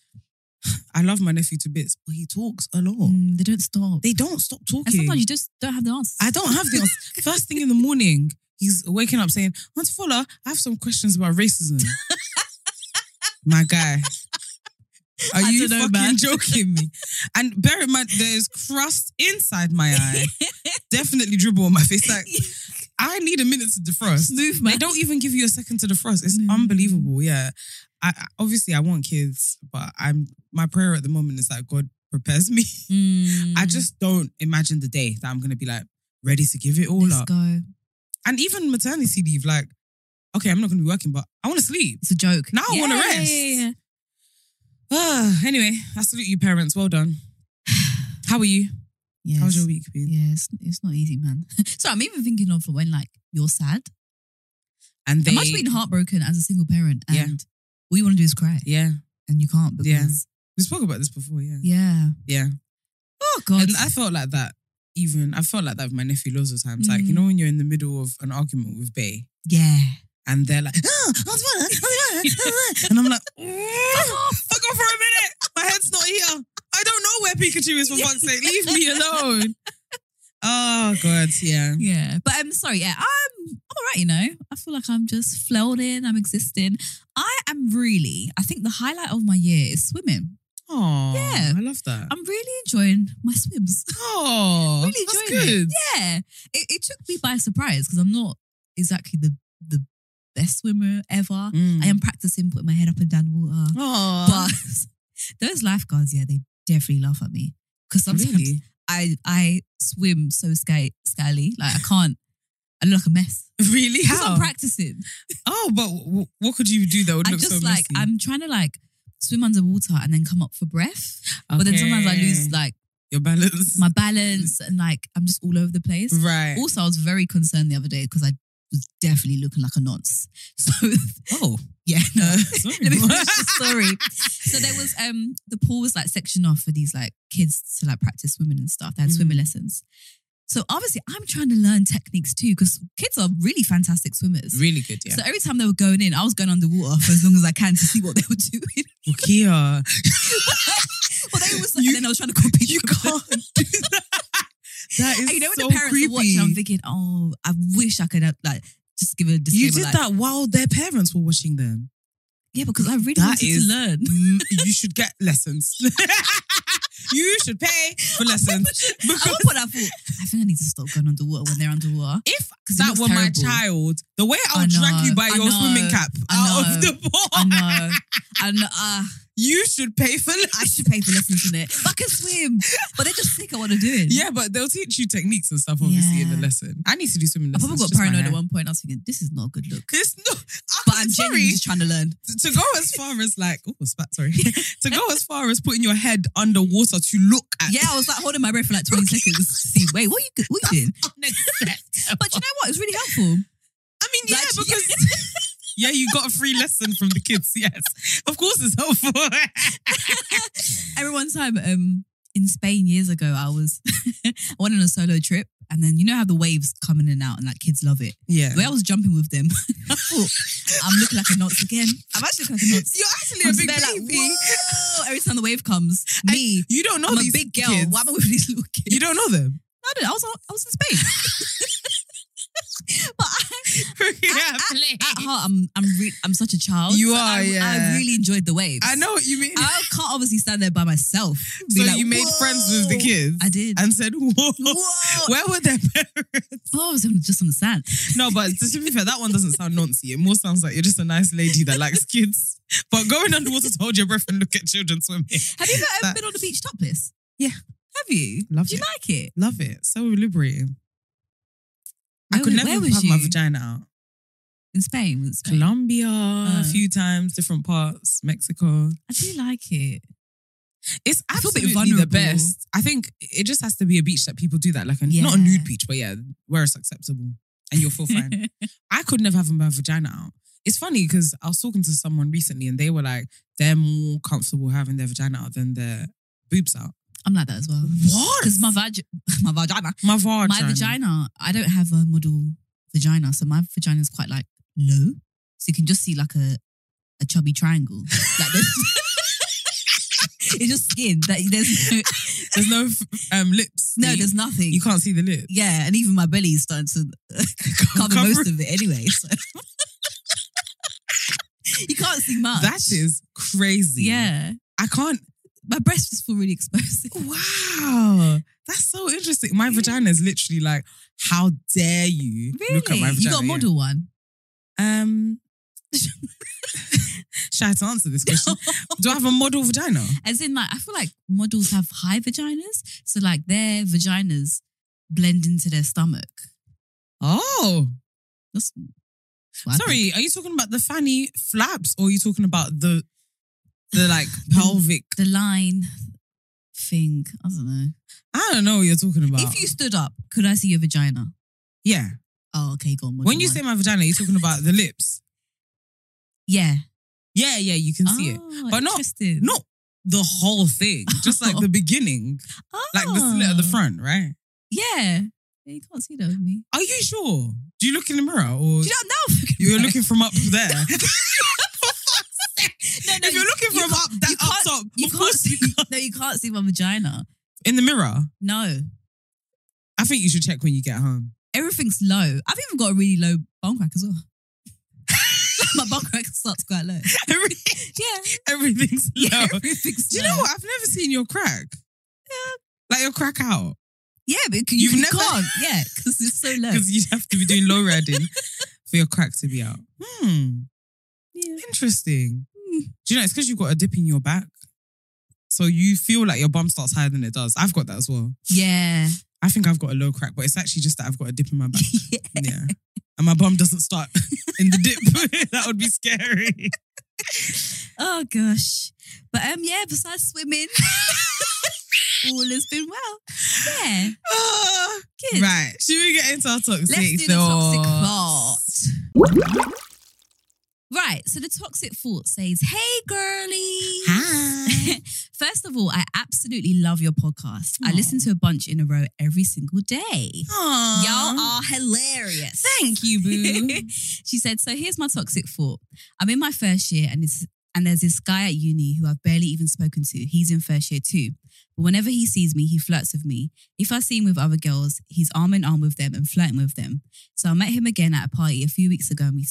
Speaker 2: I love my nephew to bits, but he talks a lot.
Speaker 1: Mm, they don't stop.
Speaker 2: They don't stop talking.
Speaker 1: and sometimes you just don't have the answers.
Speaker 2: I don't have the ans- First thing in the morning, he's waking up saying, Auntie Fuller, I have some questions about racism. My guy. Are
Speaker 1: I
Speaker 2: you
Speaker 1: don't know,
Speaker 2: fucking
Speaker 1: man.
Speaker 2: joking me? And bear in mind, there's crust inside my eye. Definitely dribble on my face. Like I need a minute to defrost.
Speaker 1: Smooth,
Speaker 2: They
Speaker 1: man.
Speaker 2: don't even give you a second to defrost. It's
Speaker 1: No.
Speaker 2: unbelievable. Yeah. I I- obviously I want kids, but I'm my prayer at the moment is that God prepares me.
Speaker 1: Mm.
Speaker 2: I just don't imagine the day that I'm gonna be like ready to give it all
Speaker 1: Let's
Speaker 2: up.
Speaker 1: go.
Speaker 2: And even maternity leave, like, okay, I'm not gonna be working, but I wanna sleep.
Speaker 1: It's a joke.
Speaker 2: Now I wanna rest. Ah, anyway, I salute you, parents. Well done. How are you?
Speaker 1: Yes.
Speaker 2: How's your week been?
Speaker 1: Yeah, it's, it's not easy, man. so I'm even thinking of when like you're sad.
Speaker 2: And they,
Speaker 1: Imagine being heartbroken as a single parent and
Speaker 2: Yeah.
Speaker 1: all you want to do is cry
Speaker 2: yeah,
Speaker 1: and you can't
Speaker 2: Yeah.
Speaker 1: because
Speaker 2: we spoke about this before. Yeah,
Speaker 1: yeah.
Speaker 2: yeah.
Speaker 1: Oh God.
Speaker 2: And I felt like that. Even I felt like that with my nephew loads of times. Like you
Speaker 1: Mm.
Speaker 2: know when you're in the middle of an argument with Bay,
Speaker 1: yeah.
Speaker 2: and they're like, "Ah, what's wrong? What's wrong?" and I'm like, "Mm, fuck off for a minute. My head's not here. I don't know where Pikachu is for fuck's sake. Leave me alone. Oh God, yeah.
Speaker 1: Yeah. But I'm sorry, yeah. I'm I'm all right, you know. I feel like I'm just floating, I'm existing. I am really, I think the highlight of my year is swimming.
Speaker 2: Oh,
Speaker 1: Yeah.
Speaker 2: I love that.
Speaker 1: I'm really enjoying my swims.
Speaker 2: Oh,
Speaker 1: really
Speaker 2: that's
Speaker 1: enjoying
Speaker 2: good.
Speaker 1: it. Yeah. It, it took me by surprise because I'm not exactly the the best swimmer ever.
Speaker 2: Mm.
Speaker 1: I am practicing putting my head up and down the water.
Speaker 2: Oh,
Speaker 1: But those lifeguards, yeah, they definitely laugh at me. Because sometimes
Speaker 2: really?
Speaker 1: I I swim so sky skyly. Like I can't I look like a mess.
Speaker 2: Really?
Speaker 1: Because
Speaker 2: How?
Speaker 1: I'm practicing.
Speaker 2: oh, but w- what could you do that would
Speaker 1: I
Speaker 2: look
Speaker 1: just
Speaker 2: so
Speaker 1: like
Speaker 2: messy?
Speaker 1: I'm trying to like swim underwater and then come up for breath. But then sometimes I
Speaker 2: Okay.
Speaker 1: lose like
Speaker 2: your balance.
Speaker 1: my balance and like I'm just all over the place.
Speaker 2: right.
Speaker 1: Also, I was very concerned the other day because I was definitely looking like a nonce. So
Speaker 2: Oh,
Speaker 1: yeah, no.
Speaker 2: sorry.
Speaker 1: Let me finish the story. So there was um the pool was like sectioned off for these like kids to like practice swimming and stuff. They
Speaker 2: Mm.
Speaker 1: had swimming lessons. So obviously I'm trying to learn techniques too, because kids are really fantastic swimmers.
Speaker 2: really good. Yeah.
Speaker 1: So every time they were going in, I was going underwater for as long as I can to see what they were doing.
Speaker 2: Bukia,
Speaker 1: Well, they was,
Speaker 2: You-
Speaker 1: and then I was trying to copy
Speaker 2: you
Speaker 1: them.
Speaker 2: can't do that. That
Speaker 1: And
Speaker 2: is
Speaker 1: you know, when
Speaker 2: so
Speaker 1: the parents
Speaker 2: creepy.
Speaker 1: are watching, I'm thinking, oh, I wish I could have, like just give a disclaimer.
Speaker 2: you did
Speaker 1: like,
Speaker 2: that while their parents were watching them.
Speaker 1: yeah, because I really
Speaker 2: That
Speaker 1: wanted
Speaker 2: is-
Speaker 1: to learn.
Speaker 2: Mm, you should get lessons. you should pay for lessons
Speaker 1: At one
Speaker 2: because
Speaker 1: point, I thought I think I need to stop going underwater when they're underwater.
Speaker 2: if
Speaker 1: 'Cause it looks
Speaker 2: that were my
Speaker 1: terrible.
Speaker 2: child, the way I
Speaker 1: I
Speaker 2: would drag
Speaker 1: know,
Speaker 2: you by
Speaker 1: I
Speaker 2: your
Speaker 1: know,
Speaker 2: swimming cap
Speaker 1: I
Speaker 2: out of
Speaker 1: know,
Speaker 2: the pool,
Speaker 1: I know, I know. Uh,
Speaker 2: you should pay for
Speaker 1: I
Speaker 2: lessons.
Speaker 1: should pay for lessons in it. But I can swim, but they're just sick at what they're doing.
Speaker 2: Yeah, but they'll teach you techniques and stuff, obviously, in the
Speaker 1: Yeah.
Speaker 2: lesson. I need to do swimming
Speaker 1: I
Speaker 2: lessons.
Speaker 1: probably got
Speaker 2: just my
Speaker 1: paranoid
Speaker 2: hair.
Speaker 1: at one point. I was thinking, this is not a good look.
Speaker 2: It's not. I'm
Speaker 1: But I'm
Speaker 2: sorry
Speaker 1: genuinely just trying to learn.
Speaker 2: to go as far as like, oh, spat, sorry. to go as far as putting your head underwater to look at.
Speaker 1: Yeah, I was like holding my breath for like 20 seconds. See, wait, what are you, what are you doing? But you know what? It's really helpful.
Speaker 2: I mean, yeah,
Speaker 1: Like,
Speaker 2: because yeah, you got a free lesson from the kids. Yes, of course, it's helpful.
Speaker 1: I remember one time um, in Spain years ago, I was I went on a solo trip, and then you know how the waves come in and out, and like kids love it.
Speaker 2: yeah,
Speaker 1: The way I was jumping with them, I thought I'm looking like a nonce again. I'm actually looking like a nonce.
Speaker 2: you're actually
Speaker 1: I'm
Speaker 2: a
Speaker 1: just
Speaker 2: big
Speaker 1: there
Speaker 2: baby.
Speaker 1: like, whoa! Every time the wave comes, me,
Speaker 2: you don't know
Speaker 1: I'm a
Speaker 2: these
Speaker 1: big girl.
Speaker 2: kids.
Speaker 1: Why am I with these little kids?
Speaker 2: You don't know them.
Speaker 1: I, don't, know, I was I was in Spain, but I,
Speaker 2: yeah,
Speaker 1: at heart, I'm I'm re- I'm such a child.
Speaker 2: You
Speaker 1: So
Speaker 2: are,
Speaker 1: I,
Speaker 2: yeah.
Speaker 1: I really enjoyed the waves.
Speaker 2: I know what you mean.
Speaker 1: I can't obviously stand there by myself. Be
Speaker 2: so
Speaker 1: like,
Speaker 2: you made
Speaker 1: "Whoa!"
Speaker 2: friends with the kids.
Speaker 1: I did.
Speaker 2: and oh, said, "Whoa,
Speaker 1: Whoa.
Speaker 2: where were their parents?"
Speaker 1: Oh, I was on- just on the sand.
Speaker 2: No, but to be fair, that one doesn't sound noncy. It more sounds like you're just a nice lady that likes kids. But going underwater to hold your breath and look at children swimming,
Speaker 1: Have you ever
Speaker 2: That-
Speaker 1: been on the beach topless?
Speaker 2: Yeah.
Speaker 1: Have you?
Speaker 2: Loved
Speaker 1: Do you
Speaker 2: it.
Speaker 1: like it?
Speaker 2: love it. So liberating. I
Speaker 1: Where
Speaker 2: could
Speaker 1: was-
Speaker 2: never
Speaker 1: where
Speaker 2: have
Speaker 1: was
Speaker 2: my
Speaker 1: you?
Speaker 2: vagina out.
Speaker 1: In Spain, was Spain.
Speaker 2: Colombia a
Speaker 1: Uh.
Speaker 2: few times, different parts, Mexico.
Speaker 1: I do like it.
Speaker 2: It's
Speaker 1: I feel a bit
Speaker 2: absolutely the
Speaker 1: vulnerable.
Speaker 2: best. I think it just has to be a beach that people do that, like a, not a
Speaker 1: Yeah.
Speaker 2: nude beach, but yeah, where it's acceptable and you'll feel fine. I could never have my vagina out. It's funny because I was talking to someone recently and they were like, they're more comfortable having their vagina out than their boobs out.
Speaker 1: I'm like that as well.
Speaker 2: What?
Speaker 1: Because my vag- my vagina,
Speaker 2: My vagina.
Speaker 1: my vagina, I don't have a model vagina, so my vagina is quite like low, so you can just see like a a chubby triangle. Like there's, it's just skin. That there's no,
Speaker 2: There's no f- um, lips.
Speaker 1: no,
Speaker 2: You-
Speaker 1: there's nothing.
Speaker 2: You can't see the lips.
Speaker 1: yeah, and even my belly is starting to cover,
Speaker 2: Cover-
Speaker 1: most of it anyway. So. you can't see much.
Speaker 2: That is crazy.
Speaker 1: yeah.
Speaker 2: I can't.
Speaker 1: My breast was still really exposed.
Speaker 2: Wow. That's so interesting. My
Speaker 1: Yeah.
Speaker 2: vagina is literally like, how dare you
Speaker 1: Really?
Speaker 2: look at my vagina?
Speaker 1: you got a
Speaker 2: yeah.
Speaker 1: model one.
Speaker 2: Um, should I have to answer this question? Do I have a model vagina?
Speaker 1: As in, like, I feel like models have high vaginas. So, like, their vaginas blend into their stomach.
Speaker 2: Oh,
Speaker 1: That's what I think.
Speaker 2: sorry. Are you talking about the fanny flaps, or are you talking about the the like pelvic?
Speaker 1: The line thing. I don't know.
Speaker 2: I don't know what you're talking about.
Speaker 1: If you stood up, could I see your vagina?
Speaker 2: yeah,
Speaker 1: Oh, okay, go on. model
Speaker 2: when you
Speaker 1: one.
Speaker 2: say my vagina, you're talking about the lips.
Speaker 1: yeah,
Speaker 2: Yeah, yeah, you can see it,
Speaker 1: Oh,
Speaker 2: But not-
Speaker 1: interesting.
Speaker 2: not the whole thing, just like the beginning, like the slit at the
Speaker 1: Oh.
Speaker 2: front, right?
Speaker 1: Yeah. Yeah, you can't see that with me.
Speaker 2: Are you sure? Do you look in the mirror, or
Speaker 1: Do you not know?
Speaker 2: you're looking from up there?
Speaker 1: no, no,
Speaker 2: if you're looking
Speaker 1: you
Speaker 2: from
Speaker 1: can't-
Speaker 2: up that
Speaker 1: you
Speaker 2: up
Speaker 1: can't-
Speaker 2: top,
Speaker 1: you
Speaker 2: of
Speaker 1: can't
Speaker 2: course
Speaker 1: see.
Speaker 2: you can't.
Speaker 1: No, you can't see my vagina.
Speaker 2: in the mirror.
Speaker 1: No,
Speaker 2: I think you should check when you get home.
Speaker 1: everything's low. I've even got a really low bone crack as well. my bone crack starts quite low.
Speaker 2: Every-
Speaker 1: Yeah,
Speaker 2: everything's low.
Speaker 1: yeah, everything's
Speaker 2: Do you
Speaker 1: low.
Speaker 2: know what? I've never seen your crack. Like your crack out.
Speaker 1: Yeah, but you,
Speaker 2: You've
Speaker 1: you
Speaker 2: never-
Speaker 1: can't. Yeah, because it's so low.
Speaker 2: Because you have to be doing low riding for your crack to be out. Hmm.
Speaker 1: Yeah.
Speaker 2: Interesting.
Speaker 1: Hmm.
Speaker 2: Do you know it's because you've got a dip in your back. So you feel like your bum starts higher than it does. I've got that as well.
Speaker 1: Yeah.
Speaker 2: I think I've got a low crack, but it's actually just that I've got a dip in my back.
Speaker 1: yeah.
Speaker 2: Yeah. And my bum doesn't start in the dip. that would be scary.
Speaker 1: Oh gosh. But um, yeah. Besides swimming, all has been well. Yeah.
Speaker 2: Ah.
Speaker 1: Good.
Speaker 2: Right. Should we get into our toxic
Speaker 1: Let's do the toxic part. Right, so the toxic thought says, Hey girlies.
Speaker 2: Hi.
Speaker 1: First of all, I absolutely love your podcast. I
Speaker 2: Aw.
Speaker 1: listen to a bunch in a row every single day.
Speaker 2: Aww.
Speaker 1: Y'all are hilarious.
Speaker 2: Thank you, boo.
Speaker 1: she said, So here's my toxic thought. I'm in my first year and it's and there's this guy at uni who I've barely even spoken to. He's in first year too. But whenever he sees me, he flirts with me. If I see him with other girls, he's arm in arm with them and flirting with them. So I met him again at a party a few weeks ago and we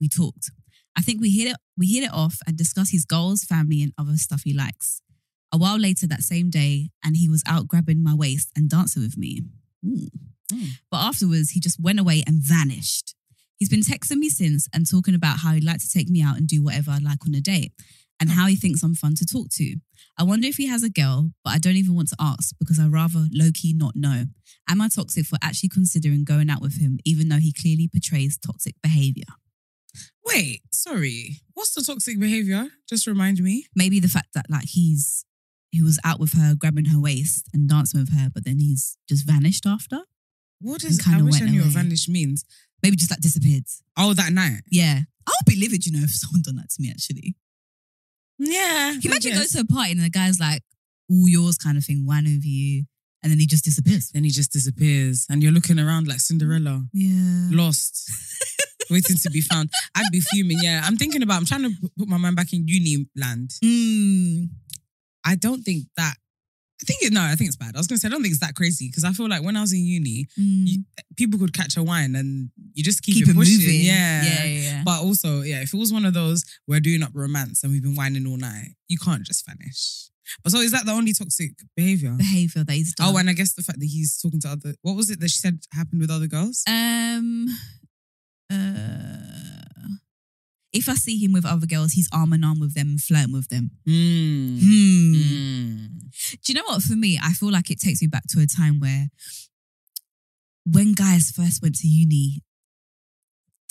Speaker 1: we talked. I think we hit it we hit it off and discussed his goals, family, and other stuff he likes. A while later that same day, and he was out grabbing my waist and dancing with me. Ooh.
Speaker 2: Mm.
Speaker 1: But afterwards, he just went away and vanished. He's been texting me since and talking about how he'd like to take me out and do whatever I like on a date and how he thinks I'm fun to talk to. I wonder if he has a girl, but I don't even want to ask because I'd rather low key not know. Am I toxic for actually considering going out with him, even though he clearly portrays toxic behavior?
Speaker 2: Wait, sorry. What's the toxic behavior? Just remind me.
Speaker 1: Maybe the fact that, like, he's he was out with her, grabbing her waist and dancing with her, but then he's just vanished after.
Speaker 2: What does I
Speaker 1: kinda
Speaker 2: wish I
Speaker 1: went
Speaker 2: knew what
Speaker 1: away.
Speaker 2: vanish means?
Speaker 1: Maybe just like disappeared.
Speaker 2: Oh, that night.
Speaker 1: Yeah. I would be livid, you know, if someone done that to me, actually.
Speaker 2: Yeah.
Speaker 1: Can you imagine goes to a party and the guy's like, all yours kind of thing, one of you, and then he just disappears.
Speaker 2: then he just disappears, and you're looking around like Cinderella,
Speaker 1: Uh-huh. Yeah.
Speaker 2: lost, waiting to be found. I'd be fuming. Yeah, I'm thinking about. I'm trying to p- put my mind back in uni land.
Speaker 1: Mm.
Speaker 2: I don't think that. I think it. No, I think it's bad. I was gonna say I don't think it's that crazy because I feel like when I was in uni,
Speaker 1: Mm.
Speaker 2: You people could catch a wine and you just keep,
Speaker 1: keep,
Speaker 2: it
Speaker 1: it
Speaker 2: pushing.
Speaker 1: moving.
Speaker 2: Yeah.
Speaker 1: Yeah. Yeah.
Speaker 2: But also, yeah, if it was one of those we're doing up romance and we've been whining all night, you can't just vanish. But so is that the only toxic behavior?
Speaker 1: Behavior that he's done.
Speaker 2: Oh, and I guess the fact that he's talking to other what was it that she said happened with other girls?
Speaker 1: um, uh, if I see him with other girls, he's arm in arm with them, and flirting with them.
Speaker 2: Mm.
Speaker 1: Hmm.
Speaker 2: Mm.
Speaker 1: Do you know what? For me, I feel like it takes me back to a time where when guys first went to uni,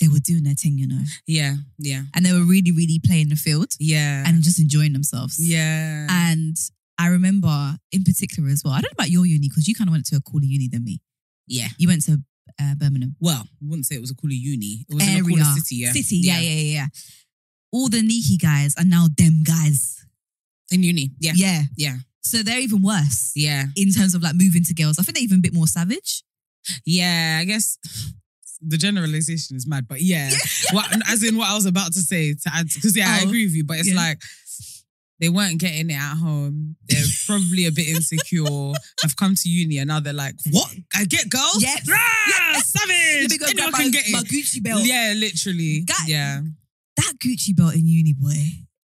Speaker 1: they were doing their thing, you know,
Speaker 2: Yeah, yeah,
Speaker 1: and they were really, really playing the field
Speaker 2: yeah.
Speaker 1: and just enjoying themselves.
Speaker 2: yeah.
Speaker 1: And I remember in particular as well, I don't know about your uni because you kind of went to a cooler uni than me.
Speaker 2: yeah.
Speaker 1: You went to uh, Birmingham.
Speaker 2: Well, I wouldn't say it was a cooler uni. It was in a cooler
Speaker 1: Area.
Speaker 2: city, yeah.
Speaker 1: City, yeah, yeah, yeah, yeah. All the Nihi guys are now them guys.
Speaker 2: In uni. Yeah. Yeah. Yeah.
Speaker 1: So they're even worse
Speaker 2: Yeah.
Speaker 1: in terms of like moving to girls. I think they're even a bit more savage.
Speaker 2: Yeah, I guess the generalization is mad, but yeah. What, as in what I was about to say to add, because yeah, I
Speaker 1: Oh.
Speaker 2: agree with you, but it's
Speaker 1: Yeah.
Speaker 2: like they weren't getting it at home. They're probably a bit insecure. I've come to uni and now they're like, what? I get girls?
Speaker 1: Yes.
Speaker 2: Rah!
Speaker 1: Yes. Let
Speaker 2: Savage!
Speaker 1: me go
Speaker 2: Anyone
Speaker 1: grab
Speaker 2: can
Speaker 1: my,
Speaker 2: get it.
Speaker 1: my Gucci belt.
Speaker 2: Yeah, literally.
Speaker 1: Guy-
Speaker 2: yeah.
Speaker 1: That Gucci belt in uni, boy.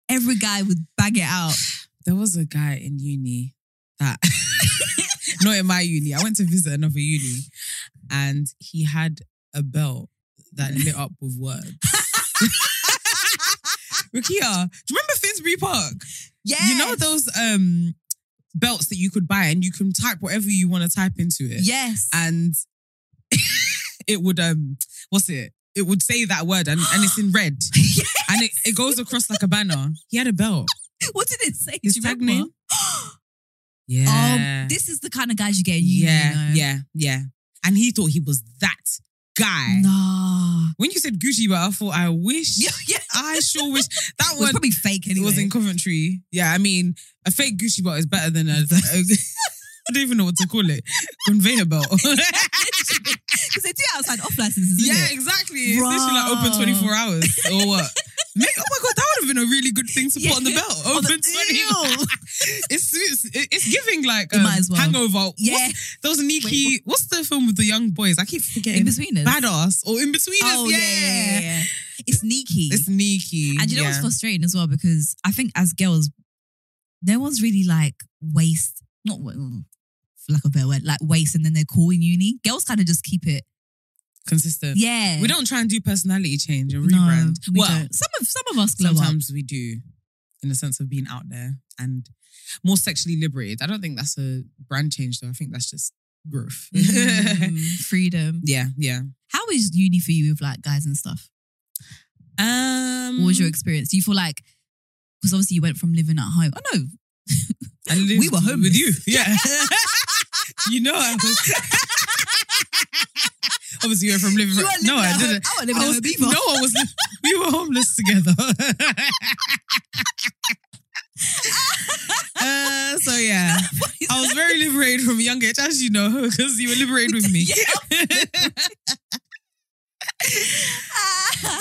Speaker 1: Every guy would bag it out.
Speaker 2: There was a guy in uni that not in my uni. I went to visit another uni, and he had a belt that lit up with words. Rukia, do you remember Finsbury Park?
Speaker 1: Yeah.
Speaker 2: You know those um belts that you could buy and you can type whatever you want to type into it.
Speaker 1: Yes.
Speaker 2: And it would um what's it? It would say that word and, and it's in red. And it, it goes across like a banner. He had a belt.
Speaker 1: what did it say?
Speaker 2: His
Speaker 1: Do you
Speaker 2: tag
Speaker 1: remember?
Speaker 2: name? Yeah.
Speaker 1: Um, this is the kind of guys you get in uni.
Speaker 2: yeah,
Speaker 1: you know?
Speaker 2: yeah, yeah. And he thought he was that guy.
Speaker 1: Nah.
Speaker 2: When you said Gucci, but I thought I wish.
Speaker 1: Yeah, yeah.
Speaker 2: I sure wish that
Speaker 1: It was
Speaker 2: one
Speaker 1: probably fake
Speaker 2: It
Speaker 1: anyway.
Speaker 2: was in Coventry. Yeah, I mean, a fake Gucci belt is better than a. a I don't even know what to call it. Conveyor belt.
Speaker 1: Because they do it outside off licenses, isn't
Speaker 2: yeah,
Speaker 1: it?
Speaker 2: exactly. It's literally like open
Speaker 1: Bruh.
Speaker 2: 24 hours or what? Mate, oh my God, that would have been a really good thing to
Speaker 1: Yeah.
Speaker 2: put on the belt.
Speaker 1: On the-
Speaker 2: Open 24
Speaker 1: Ew.
Speaker 2: it's, it's, it's giving like
Speaker 1: You
Speaker 2: um,
Speaker 1: might as well.
Speaker 2: Hangover.
Speaker 1: Yeah.
Speaker 2: What's, there was Nikki. what's the film with the young boys? I keep
Speaker 1: In
Speaker 2: forgetting.
Speaker 1: between us.
Speaker 2: Badass or In Between Us.
Speaker 1: oh, yeah. yeah, yeah, yeah. It's sneaky.
Speaker 2: It's Nikki.
Speaker 1: and you know
Speaker 2: yeah.
Speaker 1: what's frustrating as well? Because I think as girls, no one's really like waste, not wa- mm, for lack of a better word, like waste and then they're cool in uni. Girls kind of just keep it.
Speaker 2: consistent?
Speaker 1: Yeah.
Speaker 2: We don't try and do personality change or
Speaker 1: No,
Speaker 2: rebrand.
Speaker 1: we
Speaker 2: well,
Speaker 1: don't. Some of some of us glow up.
Speaker 2: sometimes we do in the sense of being out there and more sexually liberated. I don't think that's a brand change though. I think that's just growth.
Speaker 1: Mm, freedom.
Speaker 2: yeah, yeah.
Speaker 1: How is uni for you with like guys and stuff?
Speaker 2: Um,
Speaker 1: What was your experience? Do you feel like because obviously you went from living at home? Oh no,
Speaker 2: I lived
Speaker 1: We were homeless.
Speaker 2: with you. Yeah. you know I was. Obviously, you were from living.
Speaker 1: You weren't
Speaker 2: no,
Speaker 1: living
Speaker 2: I
Speaker 1: at Home.
Speaker 2: didn't.
Speaker 1: I wasn't
Speaker 2: I
Speaker 1: living
Speaker 2: was,
Speaker 1: at home
Speaker 2: no,
Speaker 1: either.
Speaker 2: I was. We were homeless together. uh, so yeah. I was very liberated from a young age, as you know, because you were liberated with me.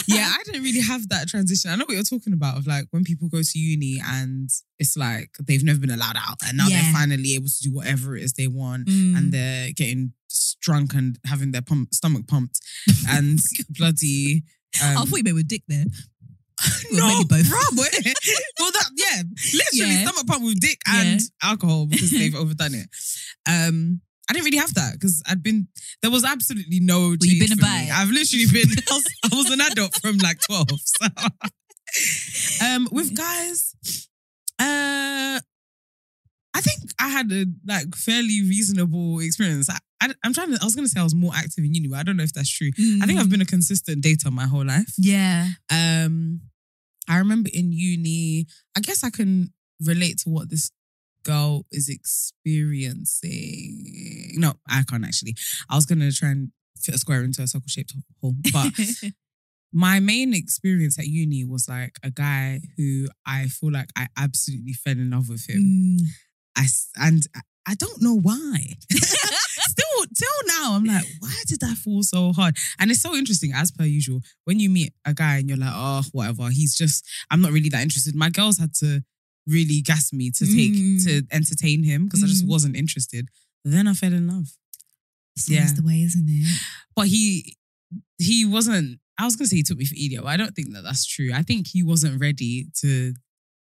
Speaker 2: yeah, I didn't really have that transition. I know what you're talking about of like when people go to uni and it's like they've never been allowed out and now
Speaker 1: Yeah.
Speaker 2: they're finally able to do whatever it is they want
Speaker 1: Mm.
Speaker 2: and they're getting drunk and having their pump, stomach pumped and
Speaker 1: Oh
Speaker 2: bloody. Um,
Speaker 1: I thought you meant with dick there.
Speaker 2: no,
Speaker 1: Well, maybe both.
Speaker 2: bruh, boy. well, that yeah, literally
Speaker 1: Yeah.
Speaker 2: stomach pump with dick
Speaker 1: Yeah.
Speaker 2: and alcohol because they've overdone it. Um, I didn't really have that because I'd been there was absolutely no. Well,
Speaker 1: you've been a bi.
Speaker 2: I've literally been. I was, I was an adult from like twelve. So, um, with guys, uh, I think I had a like fairly reasonable experience. I, I I'm trying to. I was gonna say I was more active in uni, but I don't know if that's true. I think I've been a consistent dater my whole life.
Speaker 1: Mm. Yeah.
Speaker 2: Um, I remember in uni, I guess I can relate to what this girl is experiencing. No, I can't actually. I was gonna try and fit a square into a circle shaped hole, but my main experience at uni was like a guy who I feel like I absolutely fell in love with him.
Speaker 1: Mm.
Speaker 2: I s- and I- I don't know why. Still, till
Speaker 1: Oh,
Speaker 2: now, I'm like, why did I fall so hard? And it's so interesting, as per usual, when you meet a guy and you're like, oh, whatever, he's just, I'm not really that interested. My girls had to really gas me to take
Speaker 1: Mm.
Speaker 2: to entertain him because I just
Speaker 1: Mm.
Speaker 2: wasn't interested. Then I fell in love,
Speaker 1: It's
Speaker 2: Yeah.
Speaker 1: always the way, isn't it?
Speaker 2: but he he wasn't. I was gonna say he took me for idiot, but I don't think that that's true. I think he wasn't ready to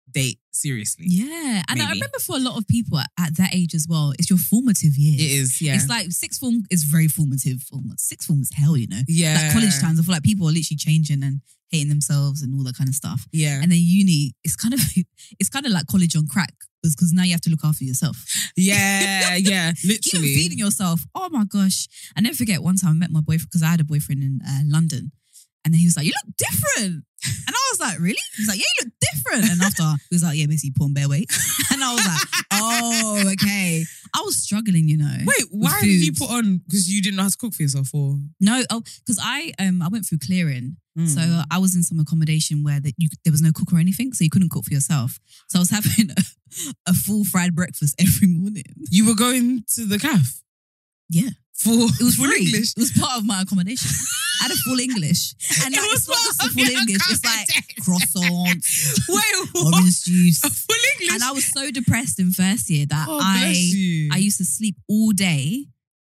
Speaker 2: date seriously.
Speaker 1: Yeah. And I
Speaker 2: Maybe.
Speaker 1: remember for a lot of people at, at that age as well, it's your formative years.
Speaker 2: It is, yeah,
Speaker 1: It's like sixth form is very formative. Form- Sixth form is hell, you know.
Speaker 2: yeah,
Speaker 1: Like college times, I feel like people are literally changing and hating themselves and all that kind of stuff.
Speaker 2: yeah.
Speaker 1: And then uni, it's kind of it's kind of like college on crack because now you have to look after yourself.
Speaker 2: Yeah, yeah,
Speaker 1: Even
Speaker 2: literally.
Speaker 1: feeding yourself. Oh my gosh! I never forget one time I met my boyfriend because I had a boyfriend in uh, London, and then he was like, "You look different," and I was like, "Really?" He was like, "Yeah, you look different." And after he was like, "Yeah, basically put on bare weight," and I was like, "Oh, okay." I was struggling, you know.
Speaker 2: Wait, why
Speaker 1: food.
Speaker 2: did you put on? Because you didn't know how to cook for yourself, or
Speaker 1: No, oh, because I um I went through clearing. So
Speaker 2: Mm.
Speaker 1: uh, I was in some accommodation where that you there was no cook or anything, so you couldn't cook for yourself. So I was having a, a full fried breakfast every morning.
Speaker 2: you were going to the calf.
Speaker 1: Yeah.
Speaker 2: for
Speaker 1: It was
Speaker 2: for
Speaker 1: free.
Speaker 2: English.
Speaker 1: It was part of my accommodation. I had a full English, and
Speaker 2: It
Speaker 1: like,
Speaker 2: was
Speaker 1: it's not just a
Speaker 2: part
Speaker 1: full
Speaker 2: of your
Speaker 1: English. It's like
Speaker 2: accommodation.
Speaker 1: croissants,
Speaker 2: Wait, what?
Speaker 1: orange juice,
Speaker 2: A full English.
Speaker 1: and I was so depressed in first year that
Speaker 2: oh,
Speaker 1: I
Speaker 2: bless you.
Speaker 1: I used to sleep all day.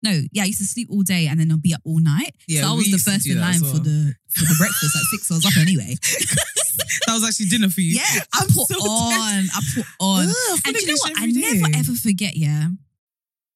Speaker 1: No, yeah, I used to sleep all day and then I'd be up all night.
Speaker 2: Yeah,
Speaker 1: so I
Speaker 2: we
Speaker 1: was the
Speaker 2: used to
Speaker 1: first
Speaker 2: do
Speaker 1: in
Speaker 2: that
Speaker 1: line
Speaker 2: as
Speaker 1: for
Speaker 2: well.
Speaker 1: the for the breakfast at six. I was up anyway.
Speaker 2: That was actually dinner for you.
Speaker 1: Yeah, I
Speaker 2: I'm
Speaker 1: put
Speaker 2: so
Speaker 1: on. I put on.
Speaker 2: Ugh, full
Speaker 1: and do you know
Speaker 2: English
Speaker 1: what? I
Speaker 2: every
Speaker 1: never
Speaker 2: day.
Speaker 1: ever forget. Yeah,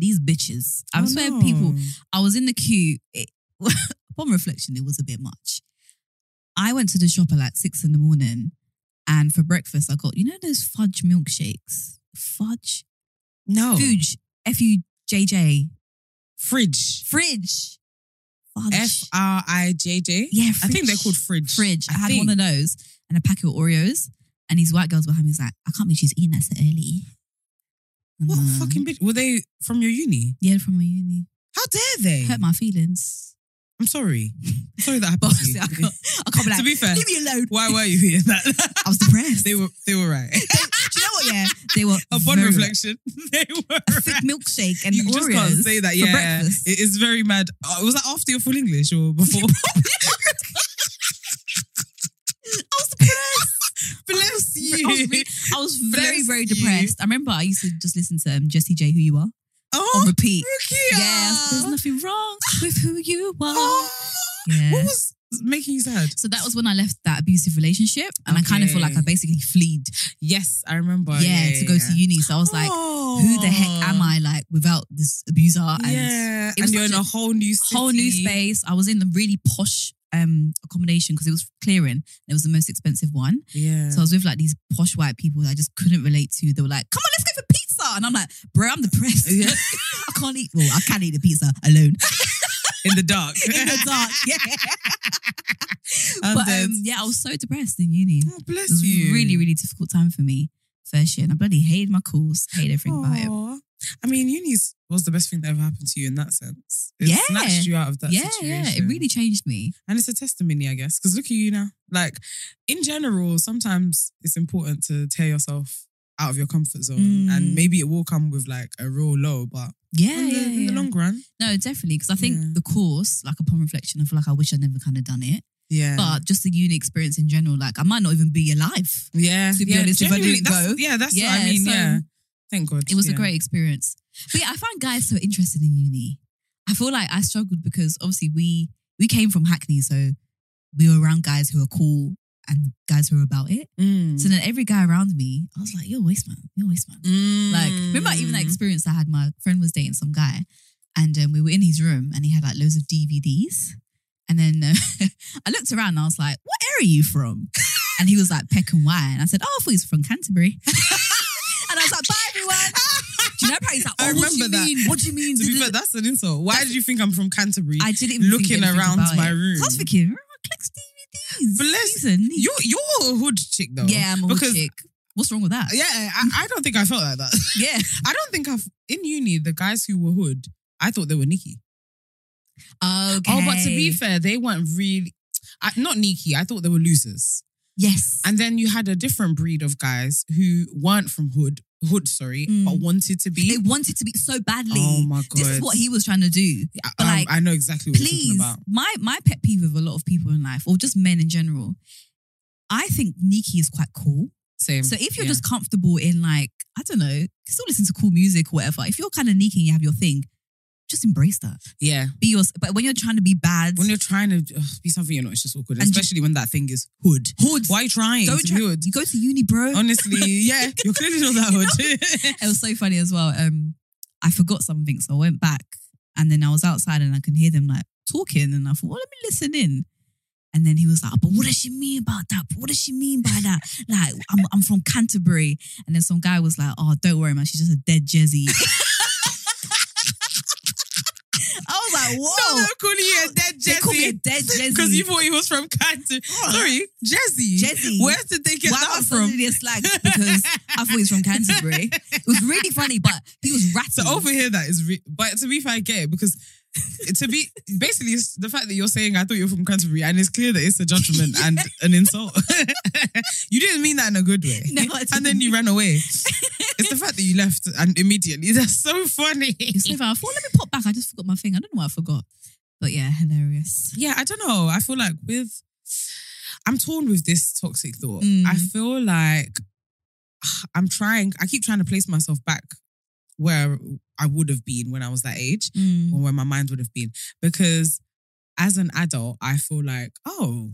Speaker 1: these bitches. I
Speaker 2: Oh,
Speaker 1: swear,
Speaker 2: no.
Speaker 1: people. I was in the queue. It, upon reflection, it was a bit much. I went to the shop at like six in the morning, and for breakfast, I got you know those fudge milkshakes, fudge,
Speaker 2: No.
Speaker 1: fudge, f u j j,
Speaker 2: Fridge.
Speaker 1: fridge, fudge,
Speaker 2: F R I J J.
Speaker 1: yeah.
Speaker 2: I
Speaker 1: Fridge.
Speaker 2: think they're called fridge.
Speaker 1: fridge. I, had
Speaker 2: think.
Speaker 1: one of those and a packet of Oreos, and these white girls behind me was like, I can't believe she's eating that so early. And
Speaker 2: What
Speaker 1: I'm like,
Speaker 2: fucking bitch? Were they from your uni?
Speaker 1: Yeah, from my uni.
Speaker 2: How dare they?
Speaker 1: Hurt my feelings.
Speaker 2: I'm sorry. I'm sorry that
Speaker 1: But
Speaker 2: happened
Speaker 1: obviously,
Speaker 2: to
Speaker 1: I
Speaker 2: you.
Speaker 1: can't, I can't be like,
Speaker 2: To be fair,
Speaker 1: leave me alone.
Speaker 2: Why were you here? That-
Speaker 1: I was depressed.
Speaker 2: they were they were right.
Speaker 1: They- do you know what? Yeah, they were.
Speaker 2: Upon
Speaker 1: very-
Speaker 2: reflection, they were
Speaker 1: A thick
Speaker 2: right.
Speaker 1: milkshake and
Speaker 2: you
Speaker 1: Oreos.
Speaker 2: just can't say that.
Speaker 1: for
Speaker 2: Yeah,
Speaker 1: breakfast.
Speaker 2: it is very mad. Uh, was that after your full English or before?
Speaker 1: I was depressed.
Speaker 2: Bless
Speaker 1: I was, re- I was very,
Speaker 2: Bless
Speaker 1: very
Speaker 2: you.
Speaker 1: depressed. I remember I used to just listen to um, Jesse J, Who You Are, on
Speaker 2: Oh,
Speaker 1: repeat.
Speaker 2: Rukia.
Speaker 1: Yes, there's nothing wrong with who you are.
Speaker 2: Oh.
Speaker 1: Yeah.
Speaker 2: What was making you sad?
Speaker 1: So that was when I left that abusive relationship, and I kind of feel like I
Speaker 2: Okay.
Speaker 1: basically fled,
Speaker 2: Yes, I remember.
Speaker 1: yeah, to go to uni. So I was like, who the heck am I like without this abuser? Oh. And
Speaker 2: Oh. yeah,
Speaker 1: it was
Speaker 2: and you're in
Speaker 1: such
Speaker 2: a whole new city.
Speaker 1: whole new space. I was in the really posh um accommodation because it was clearing. It was the most expensive one.
Speaker 2: Yeah.
Speaker 1: So I was with like these posh white people that I just couldn't relate to. They were like, come on, let's go for pizza. And I'm like, bro, I'm depressed.
Speaker 2: Yeah.
Speaker 1: I can't eat. Well, I can eat a pizza alone
Speaker 2: in the dark.
Speaker 1: in the dark. Yeah.
Speaker 2: I'm
Speaker 1: but
Speaker 2: dead.
Speaker 1: um, yeah, I was so depressed in uni.
Speaker 2: Oh, bless
Speaker 1: It was a
Speaker 2: you.
Speaker 1: really, really difficult time for me first year. And I bloody hated my course, hated everything about it.
Speaker 2: Aw. I mean, uni was the best thing that ever happened to you in that sense. It
Speaker 1: Yeah.
Speaker 2: snatched you out of that
Speaker 1: yeah,
Speaker 2: situation.
Speaker 1: yeah, it really changed me.
Speaker 2: And it's a testimony, I guess, because look at you now. Like, in general, sometimes it's important to tear yourself out of your comfort zone.
Speaker 1: Mm.
Speaker 2: And maybe it will come with like a real low, but
Speaker 1: Yeah,
Speaker 2: in, the,
Speaker 1: yeah,
Speaker 2: in
Speaker 1: yeah.
Speaker 2: the long run,
Speaker 1: No, definitely. Because I think
Speaker 2: Yeah.
Speaker 1: the course, like upon reflection, I feel like I wish I'd never kind of done it.
Speaker 2: yeah.
Speaker 1: But just the uni experience in general, like I might not even be alive.
Speaker 2: yeah,
Speaker 1: to be
Speaker 2: yeah,
Speaker 1: honest, if I
Speaker 2: genuinely,
Speaker 1: didn't
Speaker 2: that's-
Speaker 1: go-
Speaker 2: Yeah, that's what
Speaker 1: Yeah,
Speaker 2: I mean.
Speaker 1: so
Speaker 2: yeah. Thank God.
Speaker 1: It was
Speaker 2: yeah.
Speaker 1: a great experience. But yeah, I find guys so interested in uni. I feel like I struggled because obviously we we came from Hackney, so we were around guys who are cool and guys who are about it.
Speaker 2: Mm.
Speaker 1: So then every guy around me, I was like, "You're a waste man. You're a waste man." Like, remember even
Speaker 2: Mm.
Speaker 1: that experience I had? My friend was dating some guy, and um, we were in his room, and he had like loads of DVDs. And then uh, I looked around, and I was like, "What area are you from?" And he was like, "Peckham Wye." And I said, "Oh, I thought he was from Canterbury." and I was like, "Bye, everyone." Do you know? Apparently, he's like, "Oh,
Speaker 2: I
Speaker 1: what do you
Speaker 2: remember that.
Speaker 1: mean? What do you mean?"
Speaker 2: To be fair, that's an insult. Why did you think I'm from Canterbury?
Speaker 1: I didn't even
Speaker 2: looking
Speaker 1: think anything
Speaker 2: around
Speaker 1: about
Speaker 2: my
Speaker 1: it.
Speaker 2: room.
Speaker 1: I was thinking, "Remember, I collects DVDs."
Speaker 2: Bless-
Speaker 1: He's a neat-
Speaker 2: You're you're a hood chick though.
Speaker 1: yeah, I'm a
Speaker 2: because-
Speaker 1: chick. What's wrong with that?
Speaker 2: Yeah, I, I don't think I felt like that.
Speaker 1: yeah.
Speaker 2: I don't think I've in uni the guys who were hood. I thought they were Nikki.
Speaker 1: Okay.
Speaker 2: Oh, but to be fair, they weren't really. I, not Nikki. I thought they were losers.
Speaker 1: yes.
Speaker 2: And then you had a different breed of guys who weren't from hood. Hood, sorry,
Speaker 1: Mm.
Speaker 2: but wanted to be.
Speaker 1: They wanted to be so badly.
Speaker 2: oh my god!
Speaker 1: This is what he was trying to do.
Speaker 2: I,
Speaker 1: but
Speaker 2: um,
Speaker 1: like,
Speaker 2: I know exactly what
Speaker 1: Please,
Speaker 2: you're talking
Speaker 1: my my pet peeve with a lot of people in life, or just men in general, I think Nikki is quite cool.
Speaker 2: about. Same.
Speaker 1: So if you're
Speaker 2: Yeah.
Speaker 1: just comfortable in like I don't know, you still listen to cool music or whatever. If you're kind of Nikki and you have your thing, just embrace that.
Speaker 2: yeah,
Speaker 1: Be your. But when you're trying to be bad,
Speaker 2: when you're trying to ugh, be something you're not, it's just awkward.
Speaker 1: And you-
Speaker 2: Especially when that thing is hood.
Speaker 1: hood,
Speaker 2: Why are you trying
Speaker 1: don't
Speaker 2: to
Speaker 1: try.
Speaker 2: be hood?
Speaker 1: You go to uni, bro.
Speaker 2: Honestly, yeah, you're clearly not that hood.
Speaker 1: it was so funny as well. Um, I forgot something, so I went back, and then I was outside, and I could hear them like talking, and I thought, well, let me listen in. And then he was like, but what does she mean about that? What does she mean by that? Like, I'm, I'm from Canterbury. And then some guy was like, oh, don't worry, man. She's just a dead Jezzy. I was like,
Speaker 2: No,
Speaker 1: whoa.
Speaker 2: they're calling you a dead
Speaker 1: they call me a
Speaker 2: Jesse.
Speaker 1: dead Jezzy.
Speaker 2: Because you thought he was from Canton. Sorry, Jesse.
Speaker 1: Jesse.
Speaker 2: Where did they get
Speaker 1: Why
Speaker 2: that
Speaker 1: am I
Speaker 2: from?
Speaker 1: suddenly a slag? Because I thought he was from Canterbury. It was really funny, but he was rattled.
Speaker 2: So over here, that is. Re- but to be fair, I get it because to be basically it's the fact that you're saying I thought you were from Canterbury, and it's clear that it's a judgment and an insult. you didn't mean that in a good way.
Speaker 1: No, I
Speaker 2: And then you ran away. it's the fact that you left and immediately. That's so funny.
Speaker 1: It's never. I thought, let me pop back. I just forgot my thing. I don't know what I forgot. But yeah, hilarious.
Speaker 2: Yeah, I don't know. I feel like with I'm torn with this toxic thought.
Speaker 1: Mm.
Speaker 2: I feel like I'm trying, I keep trying to place myself back where I would have been when I was that age
Speaker 1: Mm.
Speaker 2: or where my mind would have been. Because as an adult, I feel like, oh,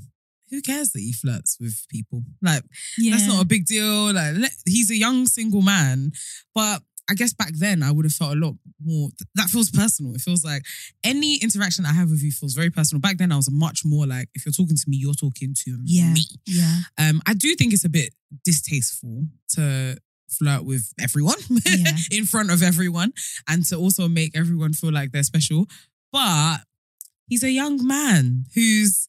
Speaker 2: who cares that he flirts with people? Like,
Speaker 1: Yeah.
Speaker 2: that's not a big deal. Like let, he's a young single man, but I guess back then I would have felt a lot more. That feels personal. It feels like any interaction I have with you feels very personal. Back then I was much more like, if you're talking to me, you're talking to
Speaker 1: Yeah.
Speaker 2: me.
Speaker 1: Yeah.
Speaker 2: Um, I do think it's a bit distasteful to flirt with everyone
Speaker 1: Yeah.
Speaker 2: in front of everyone and to also make everyone feel like they're special. But he's a young man who's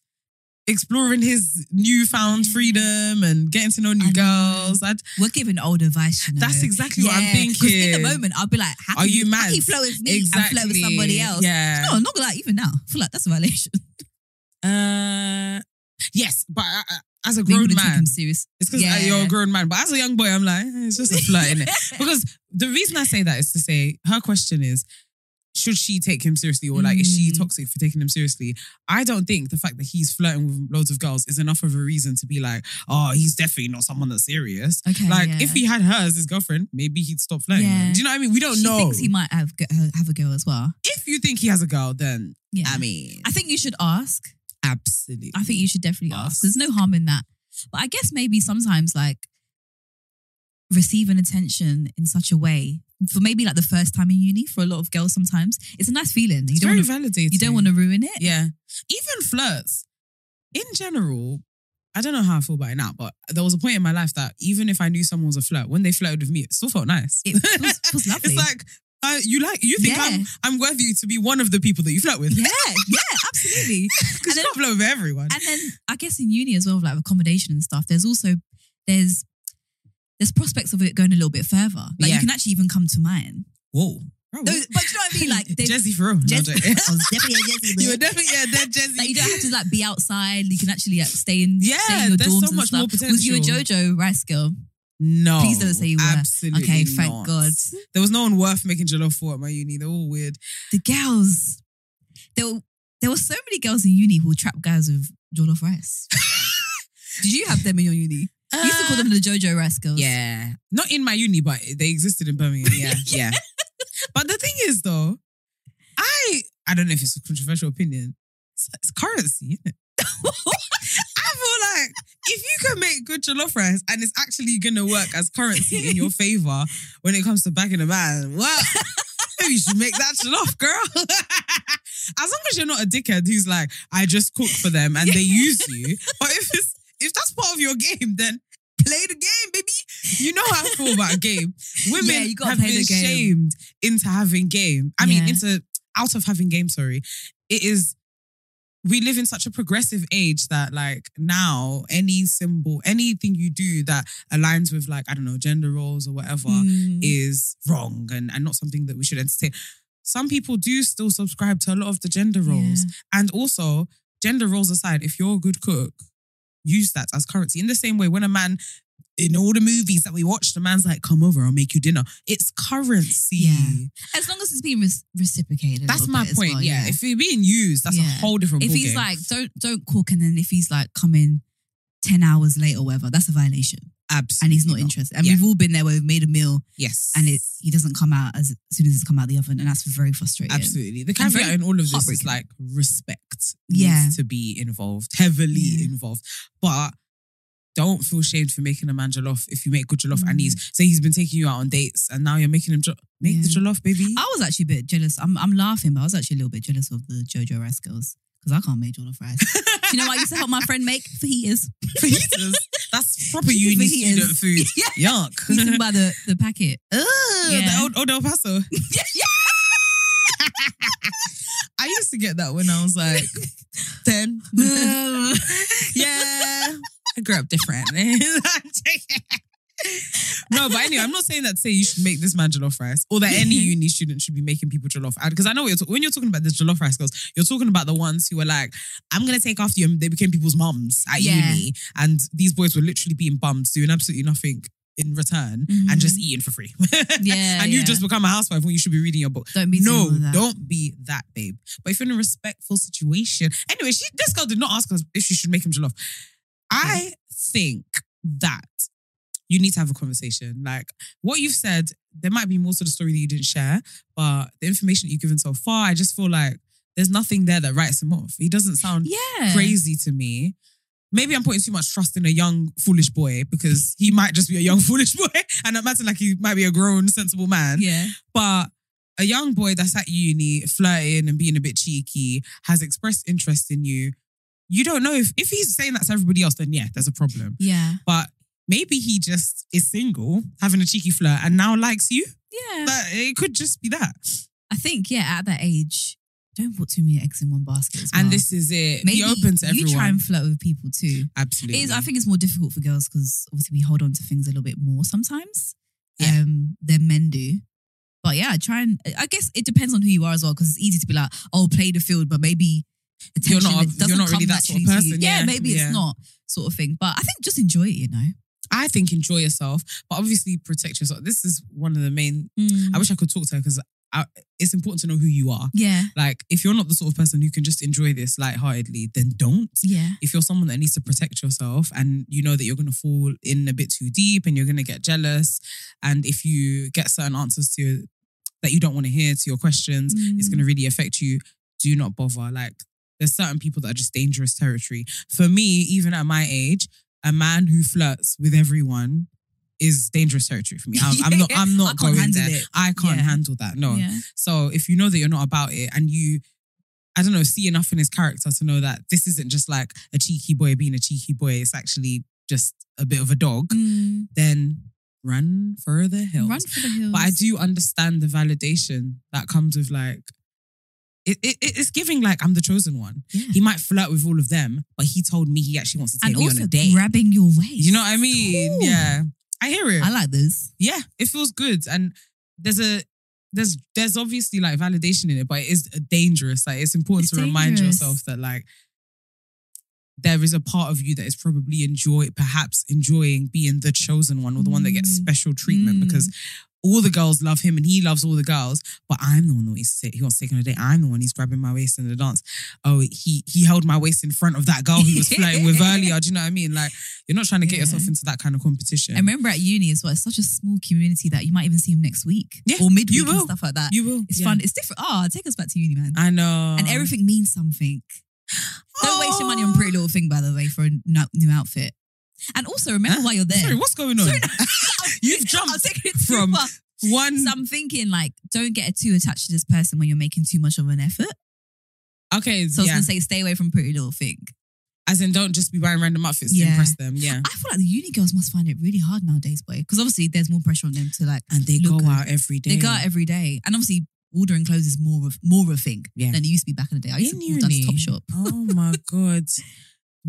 Speaker 2: exploring his newfound freedom and getting to know new
Speaker 1: I know.
Speaker 2: girls. I'd,
Speaker 1: We're giving old advice, you know.
Speaker 2: That's exactly what I'm
Speaker 1: 'cause In the
Speaker 2: thinking.
Speaker 1: moment, I'll be like, how
Speaker 2: Are
Speaker 1: can
Speaker 2: you
Speaker 1: How
Speaker 2: mad?
Speaker 1: can you flirt with me and flirt with somebody else?
Speaker 2: Yeah.
Speaker 1: No, I'm not gonna lie, even now. I feel like that's a violation.
Speaker 2: Uh, yes, but I, I- as a
Speaker 1: They
Speaker 2: grown
Speaker 1: wouldn't Take
Speaker 2: man,
Speaker 1: him serious.
Speaker 2: It's because
Speaker 1: Yeah.
Speaker 2: you're a grown man. But as a young boy, I'm like, eh, it's just a flirt, innit? Because the reason I say that is to say her question is, should she take him seriously or like is she
Speaker 1: Mm.
Speaker 2: toxic for taking him seriously? I don't think the fact that he's flirting with loads of girls is enough of a reason to be like, oh, he's definitely not someone that's serious.
Speaker 1: Okay,
Speaker 2: like
Speaker 1: yeah.
Speaker 2: if he had her as his girlfriend, maybe he'd stop flirting.
Speaker 1: Yeah.
Speaker 2: Do you know what I mean? We don't
Speaker 1: she
Speaker 2: know.
Speaker 1: thinks he might have g- have a girl as well.
Speaker 2: if you think he has a girl, then
Speaker 1: Yeah.
Speaker 2: I mean,
Speaker 1: I think you should ask.
Speaker 2: absolutely.
Speaker 1: I think you should definitely ask.
Speaker 2: Ask.
Speaker 1: There's no harm in that. But I guess maybe sometimes like receiving attention in such a way for maybe like the first time in uni for a lot of girls sometimes it's a nice feeling. You
Speaker 2: it's
Speaker 1: don't
Speaker 2: very
Speaker 1: want to,
Speaker 2: validating.
Speaker 1: you don't want to ruin it.
Speaker 2: Yeah. Even flirts, in general, I don't know how I feel about it now, but there was a point in my life that even if I knew someone was a flirt, when they flirted with me, it still felt nice.
Speaker 1: It feels, feels lovely.
Speaker 2: It's like, uh, you like, you think
Speaker 1: Yeah.
Speaker 2: I'm, I'm worthy to be one of the people that you flirt with.
Speaker 1: yeah, yeah, absolutely.
Speaker 2: Because
Speaker 1: and
Speaker 2: you
Speaker 1: then-
Speaker 2: can't flirt with everyone.
Speaker 1: and then I guess in uni as well, with, like accommodation and stuff. There's also there's there's prospects of it going a little bit further. Like
Speaker 2: Yeah.
Speaker 1: you can actually even come to mine.
Speaker 2: Whoa. Bro,
Speaker 1: Those, but you know what I mean? Like they-
Speaker 2: Jesse for real. No,
Speaker 1: Jess-
Speaker 2: I'm
Speaker 1: I
Speaker 2: joking.
Speaker 1: was definitely a Jessie,
Speaker 2: you were
Speaker 1: but-
Speaker 2: definitely, yeah, they're Jesse.
Speaker 1: Like you don't have to like be outside. You can actually like, stay in
Speaker 2: Yeah,
Speaker 1: stay in your
Speaker 2: there's
Speaker 1: dorms
Speaker 2: so
Speaker 1: and
Speaker 2: much
Speaker 1: stuff.
Speaker 2: more
Speaker 1: Was you a
Speaker 2: potential.
Speaker 1: JoJo Rice girl?
Speaker 2: no.
Speaker 1: Please don't say you were.
Speaker 2: Absolutely.
Speaker 1: okay, thank
Speaker 2: not.
Speaker 1: God.
Speaker 2: There was no one worth making jollof for at my uni. They're all weird.
Speaker 1: The girls, there were there were so many girls in uni who would trap guys with jollof rice. Did you have them in your uni? You used to call them the JoJo Rice girls.
Speaker 2: Yeah. Not in my uni, but they existed in Birmingham. Yeah. yeah. But the thing is though, I I don't know if it's a controversial opinion. It's, it's currency, isn't it? I feel like if you can make good jollof rice and it's actually gonna work as currency in your favor when it comes to backing a man, well, maybe you should make that jollof, girl. as long as you're not a dickhead who's like, I just cook for them and they use you. But if it's if that's part of your game, then play the game, baby. You know how I feel about game. Women
Speaker 1: Yeah, you gotta
Speaker 2: have
Speaker 1: play
Speaker 2: been
Speaker 1: the game.
Speaker 2: shamed into having game. I mean,
Speaker 1: Yeah.
Speaker 2: into out of having game. Sorry, it is. We live in such a progressive age that, like, now any symbol, anything you do that aligns with, like, I don't know, gender roles or whatever
Speaker 1: Mm.
Speaker 2: is wrong and, and not something that we should entertain. Some people do still subscribe to a lot of the gender roles. And also, gender roles aside, if you're a good cook, use that as currency. In the same way, when a man in all the movies that we watch, the man's like, "Come over, I'll make you dinner." It's currency.
Speaker 1: Yeah. As long as it's being res- reciprocated. a
Speaker 2: That's
Speaker 1: little
Speaker 2: my
Speaker 1: bit as
Speaker 2: point.
Speaker 1: well,
Speaker 2: yeah. if you're being used, that's
Speaker 1: Yeah.
Speaker 2: a whole different.
Speaker 1: if he's like don't don't cook and then if he's like coming 10 hours late or whatever that's a violation
Speaker 2: absolutely,
Speaker 1: and he's not interested and
Speaker 2: Yeah.
Speaker 1: we've all been there where we've made a meal
Speaker 2: yes,
Speaker 1: and it he doesn't come out as, as soon as it's come out of the oven and that's very frustrating
Speaker 2: Absolutely. The
Speaker 1: And
Speaker 2: caveat
Speaker 1: very
Speaker 2: in all of this is
Speaker 1: heartbreaking.
Speaker 2: like respect
Speaker 1: Yeah.
Speaker 2: needs to be involved, heavily
Speaker 1: Yeah.
Speaker 2: involved. But don't feel shamed for making a man jollof if you make good jollof and
Speaker 1: Mm.
Speaker 2: he's say he's been taking you out on dates and now you're making him jollof. Make the
Speaker 1: Yeah. Ah,
Speaker 2: jollof, baby.
Speaker 1: I was actually a bit jealous. I'm, I'm laughing, but I was actually a little bit jealous of the Jojo Rice girls because I can't make jollof rice. Do you know what I used to help my friend make fajitas?
Speaker 2: Fajitas. That's proper
Speaker 1: Chicken
Speaker 2: uni
Speaker 1: fajitas.
Speaker 2: student food.
Speaker 1: yeah, eaten
Speaker 2: Yuck.
Speaker 1: by the, the packet.
Speaker 2: Ugh,
Speaker 1: Yeah.
Speaker 2: the old, old El Paso.
Speaker 1: yeah, yeah.
Speaker 2: I used to get that when I was like 10. yeah. I grew up different. No, but anyway, I'm not saying that to say you should make this man jollof rice or that any uni student should be making people jollof. Because I know what you're ta- when you're talking about the jollof rice girls, you're talking about the ones who were like, I'm going to take after you. And they became people's mums at
Speaker 1: Yeah.
Speaker 2: uni. And these boys were literally being bums, doing absolutely nothing in return
Speaker 1: Mhm.
Speaker 2: and just eating for free.
Speaker 1: Yeah,
Speaker 2: and you
Speaker 1: yeah.
Speaker 2: just become a housewife when you should be reading your book.
Speaker 1: Don't be
Speaker 2: no,
Speaker 1: doing all that.
Speaker 2: don't be that, babe. But if you're in a respectful situation, anyway, she this girl did not ask us if she should make him jollof. I think that you need to have a conversation. Like what you've said, there might be more to the story that you didn't share, but the information that you've given so far, I just feel like there's nothing there that writes him off. He doesn't sound
Speaker 1: Yeah.
Speaker 2: crazy to me. Maybe I'm putting too much trust in a young foolish boy because he might just be a young foolish boy, and I'm acting like he might be a grown sensible man.
Speaker 1: Yeah.
Speaker 2: But a young boy that's at uni flirting and being a bit cheeky has expressed interest in you. You don't know if if he's saying that to everybody else, then yeah, there's a problem.
Speaker 1: Yeah.
Speaker 2: But maybe he just is single, having a cheeky flirt, and now likes you.
Speaker 1: Yeah.
Speaker 2: That it could just be that.
Speaker 1: I think, yeah, at that age, don't put too many eggs in one basket. as
Speaker 2: And
Speaker 1: well.
Speaker 2: this is it.
Speaker 1: maybe
Speaker 2: be open to everyone.
Speaker 1: you try and flirt with people too.
Speaker 2: Absolutely.
Speaker 1: It is, I think it's more difficult for girls because obviously we hold on to things a little bit more sometimes
Speaker 2: Yeah.
Speaker 1: um, than men do. But yeah, try and I guess it depends on who you are as well because it's easy to be like, oh, play the field, but maybe
Speaker 2: You're
Speaker 1: attention
Speaker 2: not-
Speaker 1: it doesn't
Speaker 2: you're not
Speaker 1: come
Speaker 2: really that sort of
Speaker 1: naturally to you.
Speaker 2: person,
Speaker 1: Yeah,
Speaker 2: yeah,
Speaker 1: maybe
Speaker 2: yeah.
Speaker 1: it's not sort of thing. But I think just enjoy it, you know.
Speaker 2: I think enjoy yourself, but obviously protect yourself. This is one of the main. I wish I could talk to her because it's important to know who you are.
Speaker 1: yeah,
Speaker 2: Like, if you're not the sort of person who can just enjoy this lightheartedly, then don't.
Speaker 1: yeah,
Speaker 2: If you're someone that needs to protect yourself and you know that you're going to fall in a bit too deep and you're going to get jealous, and if you get certain answers to that you don't want to hear to your questions, it's
Speaker 1: Mm.
Speaker 2: going to really affect you. Do not bother. Like, there's certain people that are just dangerous territory. For me, even at my age, a man who flirts with everyone is dangerous territory for me. I'm, I'm not. I'm not
Speaker 1: I can't
Speaker 2: going
Speaker 1: handle
Speaker 2: there.
Speaker 1: it.
Speaker 2: I can't
Speaker 1: Yeah.
Speaker 2: handle that. No.
Speaker 1: yeah,
Speaker 2: So if you know that you're not about it and you, I don't know, see enough in his character to know that this isn't just like a cheeky boy being a cheeky boy, it's actually just a bit of a dog,
Speaker 1: Mm.
Speaker 2: then run for the hills.
Speaker 1: run for the hills.
Speaker 2: But I do understand the validation that comes with like, it, it, it's giving like I'm the chosen one.
Speaker 1: Yeah.
Speaker 2: He might flirt with all of them, but he told me he actually wants to take
Speaker 1: and
Speaker 2: me
Speaker 1: also
Speaker 2: on a date.
Speaker 1: grabbing your waist.
Speaker 2: you know what I mean?
Speaker 1: Cool.
Speaker 2: Yeah, I hear it
Speaker 1: I like this.
Speaker 2: yeah, it feels good. And there's a there's there's obviously like validation in it, but it is dangerous. Like it's important
Speaker 1: It's
Speaker 2: to remind
Speaker 1: dangerous.
Speaker 2: yourself that like there is a part of you that is probably enjoy perhaps enjoying being the chosen one or the one that gets
Speaker 1: Mm.
Speaker 2: special treatment
Speaker 1: Mm.
Speaker 2: because all the girls love him and he loves all the girls, but I'm the one that he's he wants to take on a date. I'm the one he's grabbing my waist in the dance. Oh, he he held my waist in front of that girl he was flirting with earlier. Do you know what I mean? Like you're not trying to get
Speaker 1: Yeah.
Speaker 2: yourself into that kind of competition.
Speaker 1: I remember at uni as well. It's such a small community that you might even see him next week
Speaker 2: Yeah,
Speaker 1: or midweek
Speaker 2: you
Speaker 1: and
Speaker 2: will.
Speaker 1: stuff like that.
Speaker 2: you Oh. will.
Speaker 1: It's
Speaker 2: Yeah.
Speaker 1: fun. It's different. Ah, take us back to uni, man.
Speaker 2: I know. Oh,
Speaker 1: and everything means something. Don't waste your money on Pretty Little Thing, by the way, for a no- new outfit. And also remember
Speaker 2: Huh?
Speaker 1: why you're there.
Speaker 2: Sorry, what's going on?
Speaker 1: Sorry,
Speaker 2: You've
Speaker 1: I'll
Speaker 2: jumped
Speaker 1: take it too
Speaker 2: from
Speaker 1: far.
Speaker 2: one.
Speaker 1: So I'm thinking like, don't get too attached to this person when you're making too much of an effort.
Speaker 2: Okay,
Speaker 1: So I was
Speaker 2: yeah.
Speaker 1: gonna say, stay away from Pretty Little Thing.
Speaker 2: As in, don't just be buying random outfits to
Speaker 1: Yeah. Ah,
Speaker 2: impress them. Yeah.
Speaker 1: I feel like the uni girls must find it really hard nowadays, boy, because obviously there's more pressure on them to like,
Speaker 2: And they
Speaker 1: look
Speaker 2: go
Speaker 1: good.
Speaker 2: out every day.
Speaker 1: They go out every day, and obviously ordering clothes is more of more of a thing
Speaker 2: Yeah.
Speaker 1: than it used to be back in the day. I used
Speaker 2: In
Speaker 1: to order
Speaker 2: uni.
Speaker 1: Top Shop.
Speaker 2: oh my god,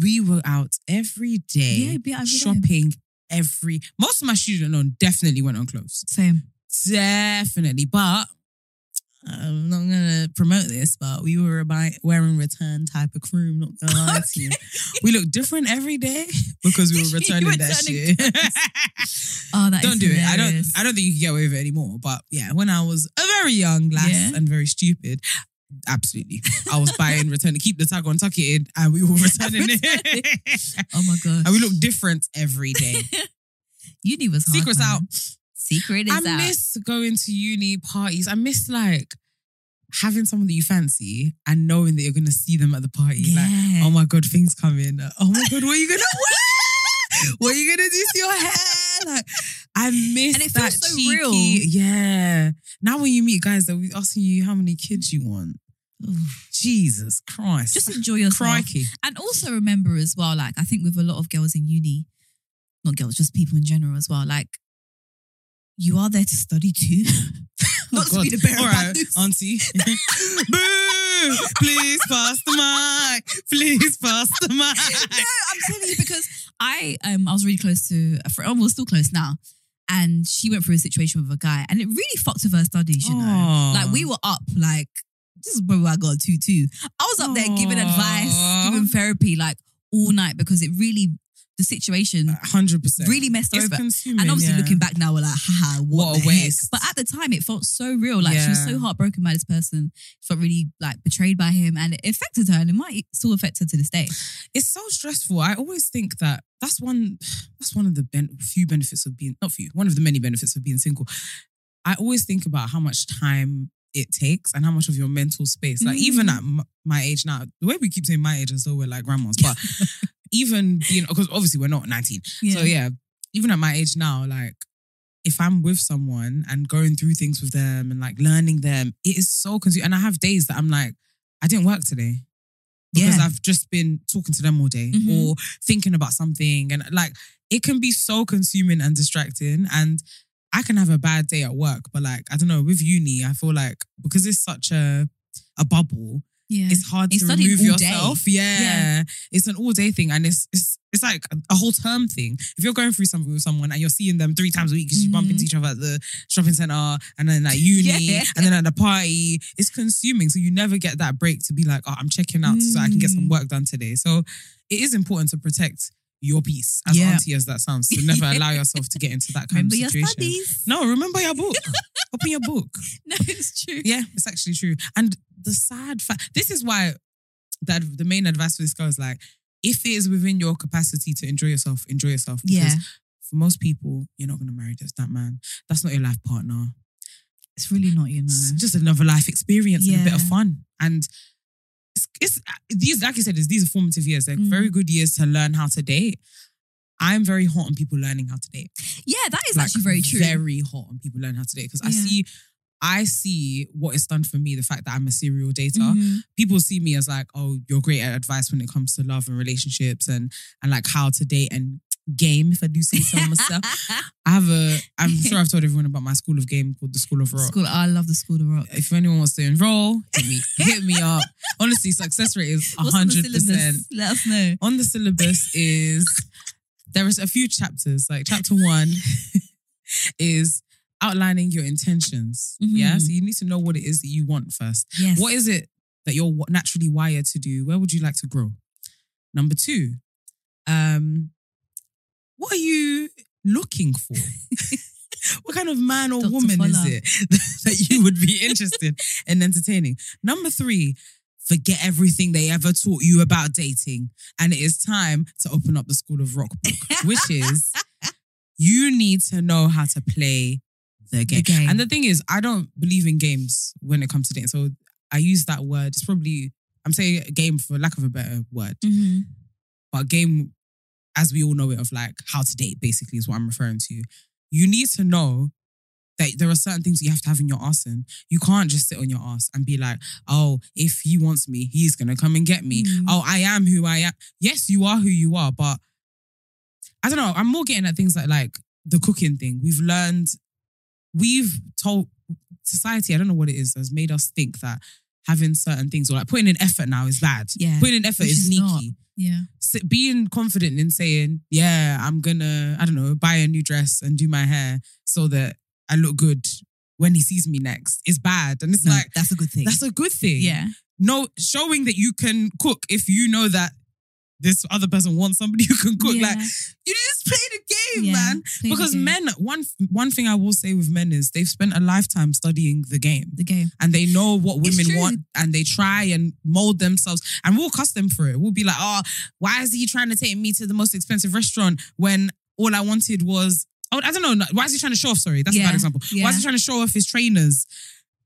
Speaker 2: we were out every day.
Speaker 1: Yeah, be out every day.
Speaker 2: shopping every. Most of my student loan definitely went on clothes.
Speaker 1: Same.
Speaker 2: Definitely, but. I'm not gonna promote this, but we were about wearing return type of crew. Not gonna lie to you, we look different every day because we
Speaker 1: Did
Speaker 2: were
Speaker 1: you
Speaker 2: returning
Speaker 1: returning
Speaker 2: that shit.
Speaker 1: Oh, that is
Speaker 2: don't do it. I don't.
Speaker 1: hilarious.
Speaker 2: I don't think you can get away with it anymore. But yeah, when I was a very young lass
Speaker 1: Yeah.
Speaker 2: and very stupid, absolutely, I was buying, returning, keep the tag on, tuck it in, and we were returning it.
Speaker 1: Oh my god.
Speaker 2: and we look different every day.
Speaker 1: Uni was hard.
Speaker 2: Secrets
Speaker 1: man.
Speaker 2: out.
Speaker 1: Secret is
Speaker 2: I
Speaker 1: out.
Speaker 2: miss going to uni parties. I miss like having someone that you fancy and knowing that you're gonna see them at the party. Like,
Speaker 1: Yeah.
Speaker 2: oh my god, things coming. Oh my god, what are you gonna wear? What are you gonna do to your hair? Like, I miss
Speaker 1: And it
Speaker 2: that
Speaker 1: feels so
Speaker 2: cheeky.
Speaker 1: real.
Speaker 2: Yeah. Now when you meet guys, they'll be asking you how many kids you want.
Speaker 1: Oof.
Speaker 2: Jesus Christ.
Speaker 1: Just enjoy yourself.
Speaker 2: crikey.
Speaker 1: And also remember as well, like I think with a lot of girls in uni, not girls, just people in general as well, like you are there to study too. not to be the bearer
Speaker 2: Oh, All
Speaker 1: of
Speaker 2: right,
Speaker 1: bad news.
Speaker 2: auntie. Boo! Please pass the mic. Please pass the
Speaker 1: no,
Speaker 2: mic.
Speaker 1: I'm telling you because I um I was really close to a friend. Oh, we're still close now. and she went through a situation with a guy, and it really fucked with her studies. You know,
Speaker 2: Aw.
Speaker 1: like we were up like this is probably why I got a two two. I was up there giving advice,
Speaker 2: Aw.
Speaker 1: giving therapy like all night because it really the situation
Speaker 2: hundred percent.
Speaker 1: really messed her
Speaker 2: Ah, it's
Speaker 1: over.
Speaker 2: consuming.
Speaker 1: And obviously,
Speaker 2: yeah.
Speaker 1: looking back now, we're like, haha, what,
Speaker 2: What a
Speaker 1: the heck?
Speaker 2: waste.
Speaker 1: But at the time, it felt so real. Like she was
Speaker 2: Yeah.
Speaker 1: so heartbroken by this person. She felt really like betrayed by him, and it affected her, and it might still affect her to this day.
Speaker 2: it's so stressful. I always think that that's one that's one of the ben- few benefits of being not few one of the many benefits of being single. I always think about how much time it takes and how much of your mental space. Like
Speaker 1: Mm.
Speaker 2: even at m- my age now, the way we keep saying my age as though we're like grandmas, but even being because obviously we're not nineteen. So yeah, even at my age now, like if I'm with someone and going through things with them and like learning them, it is so consuming. And I have days that I'm like, I didn't work today. Because
Speaker 1: Yeah.
Speaker 2: I've just been talking to them all day
Speaker 1: Mhm.
Speaker 2: or thinking about something. And like it can be so consuming and distracting. And I can have a bad day at work, but like, I don't know, with uni, I feel like because it's such a a bubble,
Speaker 1: yeah.
Speaker 2: it's hard
Speaker 1: You
Speaker 2: to
Speaker 1: study
Speaker 2: remove
Speaker 1: all day.
Speaker 2: yourself. Yeah.
Speaker 1: Yeah.
Speaker 2: It's an all day thing and it's it's it's like a whole term thing. If you're going through something with someone and you're seeing them three times a week because you bump
Speaker 1: Mhm.
Speaker 2: into each other at the shopping center and then at uni
Speaker 1: Yeah.
Speaker 2: and then at the party, it's consuming. So you never get that break to be like, oh, I'm checking out so I can get some
Speaker 1: Mm.
Speaker 2: work done today. So it is important to protect your peace, as
Speaker 1: Yeah.
Speaker 2: auntie as that sounds, to never allow yourself to get into that kind
Speaker 1: Remember
Speaker 2: of
Speaker 1: your
Speaker 2: situation.
Speaker 1: studies.
Speaker 2: No, remember your book. Open your book.
Speaker 1: no, it's true.
Speaker 2: Yeah, it's actually true. And the sad fact, this is why that the main advice for this girl is like, if it is within your capacity to enjoy yourself, enjoy yourself.
Speaker 1: Yeah.
Speaker 2: for most people, you're not gonna marry this that man. That's not your life partner.
Speaker 1: It's really not, you know.
Speaker 2: It's just another life experience and a bit of
Speaker 1: Yeah.
Speaker 2: fun. And it's, it's these, like you said, is these are formative years. They're
Speaker 1: Mm.
Speaker 2: very good years to learn how to date. I'm very hot on people learning how to date.
Speaker 1: Yeah, that is
Speaker 2: Like,
Speaker 1: actually very true.
Speaker 2: Very hot on people learning how to date because I
Speaker 1: Yeah.
Speaker 2: see, I see what it's done for me. The fact that I'm a serial dater
Speaker 1: Mhm.
Speaker 2: people see me as like, oh, you're great at advice when it comes to love and relationships and and like how to date and game. If I do say so myself, I have a. I'm sure I've told everyone about my school of game called the School of Rock.
Speaker 1: School, I love the School of Rock.
Speaker 2: If anyone wants to enroll, hit me hit me up. Honestly, success rate is
Speaker 1: What's on the
Speaker 2: hundred percent.
Speaker 1: syllabus? Let us know.
Speaker 2: On the syllabus is there is a few chapters. Like chapter one is outlining your intentions. Yeah,
Speaker 1: Mhm.
Speaker 2: so you need to know what it is that you want first.
Speaker 1: Yes.
Speaker 2: What is it that you're wa- naturally wired to do? Where would you like to grow? Number two, um, what are you looking for? what kind of man or
Speaker 1: Dr.
Speaker 2: woman is
Speaker 1: Fola.
Speaker 2: it that you would be interested in entertaining? Number three, forget everything they ever taught you about dating. And it is time to open up the School of Rock book, which is you need to know how to play the game.
Speaker 1: game.
Speaker 2: And the thing is, I don't believe in games when it comes to dating. So I use that word. It's probably I'm saying game for lack of a better word,
Speaker 1: Mhm.
Speaker 2: but game as we all know it of like how to date basically is what I'm referring to. You need to know that there are certain things you have to have in your arson. You can't just sit on your ass and be like, oh, if he wants me, he's gonna come and get me.
Speaker 1: Mm.
Speaker 2: Oh, I am who I am. Yes, you are who you are, but I don't know. I'm more getting at things like like the cooking thing. We've learned, we've told society, I don't know what it is, has made us think that having certain things or like putting in effort now is bad.
Speaker 1: Yeah.
Speaker 2: Putting in effort
Speaker 1: Which
Speaker 2: is,
Speaker 1: is
Speaker 2: sneaky
Speaker 1: not. Yeah.
Speaker 2: s- being confident in saying, yeah, I'm gonna, I don't know, buy a new dress and do my hair so that I look good when he sees me next is bad. And it's
Speaker 1: No,
Speaker 2: like,
Speaker 1: that's a good thing.
Speaker 2: that's a good thing.
Speaker 1: yeah.
Speaker 2: No, showing that you can cook if you know that this other person wants somebody who can cook. Like,
Speaker 1: Yeah.
Speaker 2: you just play the game,
Speaker 1: Yeah.
Speaker 2: man.
Speaker 1: Play the
Speaker 2: because
Speaker 1: game.
Speaker 2: men, one one thing I will say with men is they've spent a lifetime studying the game
Speaker 1: the game.
Speaker 2: and they know what
Speaker 1: It's
Speaker 2: women
Speaker 1: true.
Speaker 2: want and they try and mold themselves and we'll cuss them for it. We'll be like, oh, why is he trying to take me to the most expensive restaurant when all I wanted was, oh, I don't know, why is he trying to show off? Sorry, that's a
Speaker 1: Yeah,
Speaker 2: bad example. Why is
Speaker 1: yeah.
Speaker 2: he trying to show off his trainers?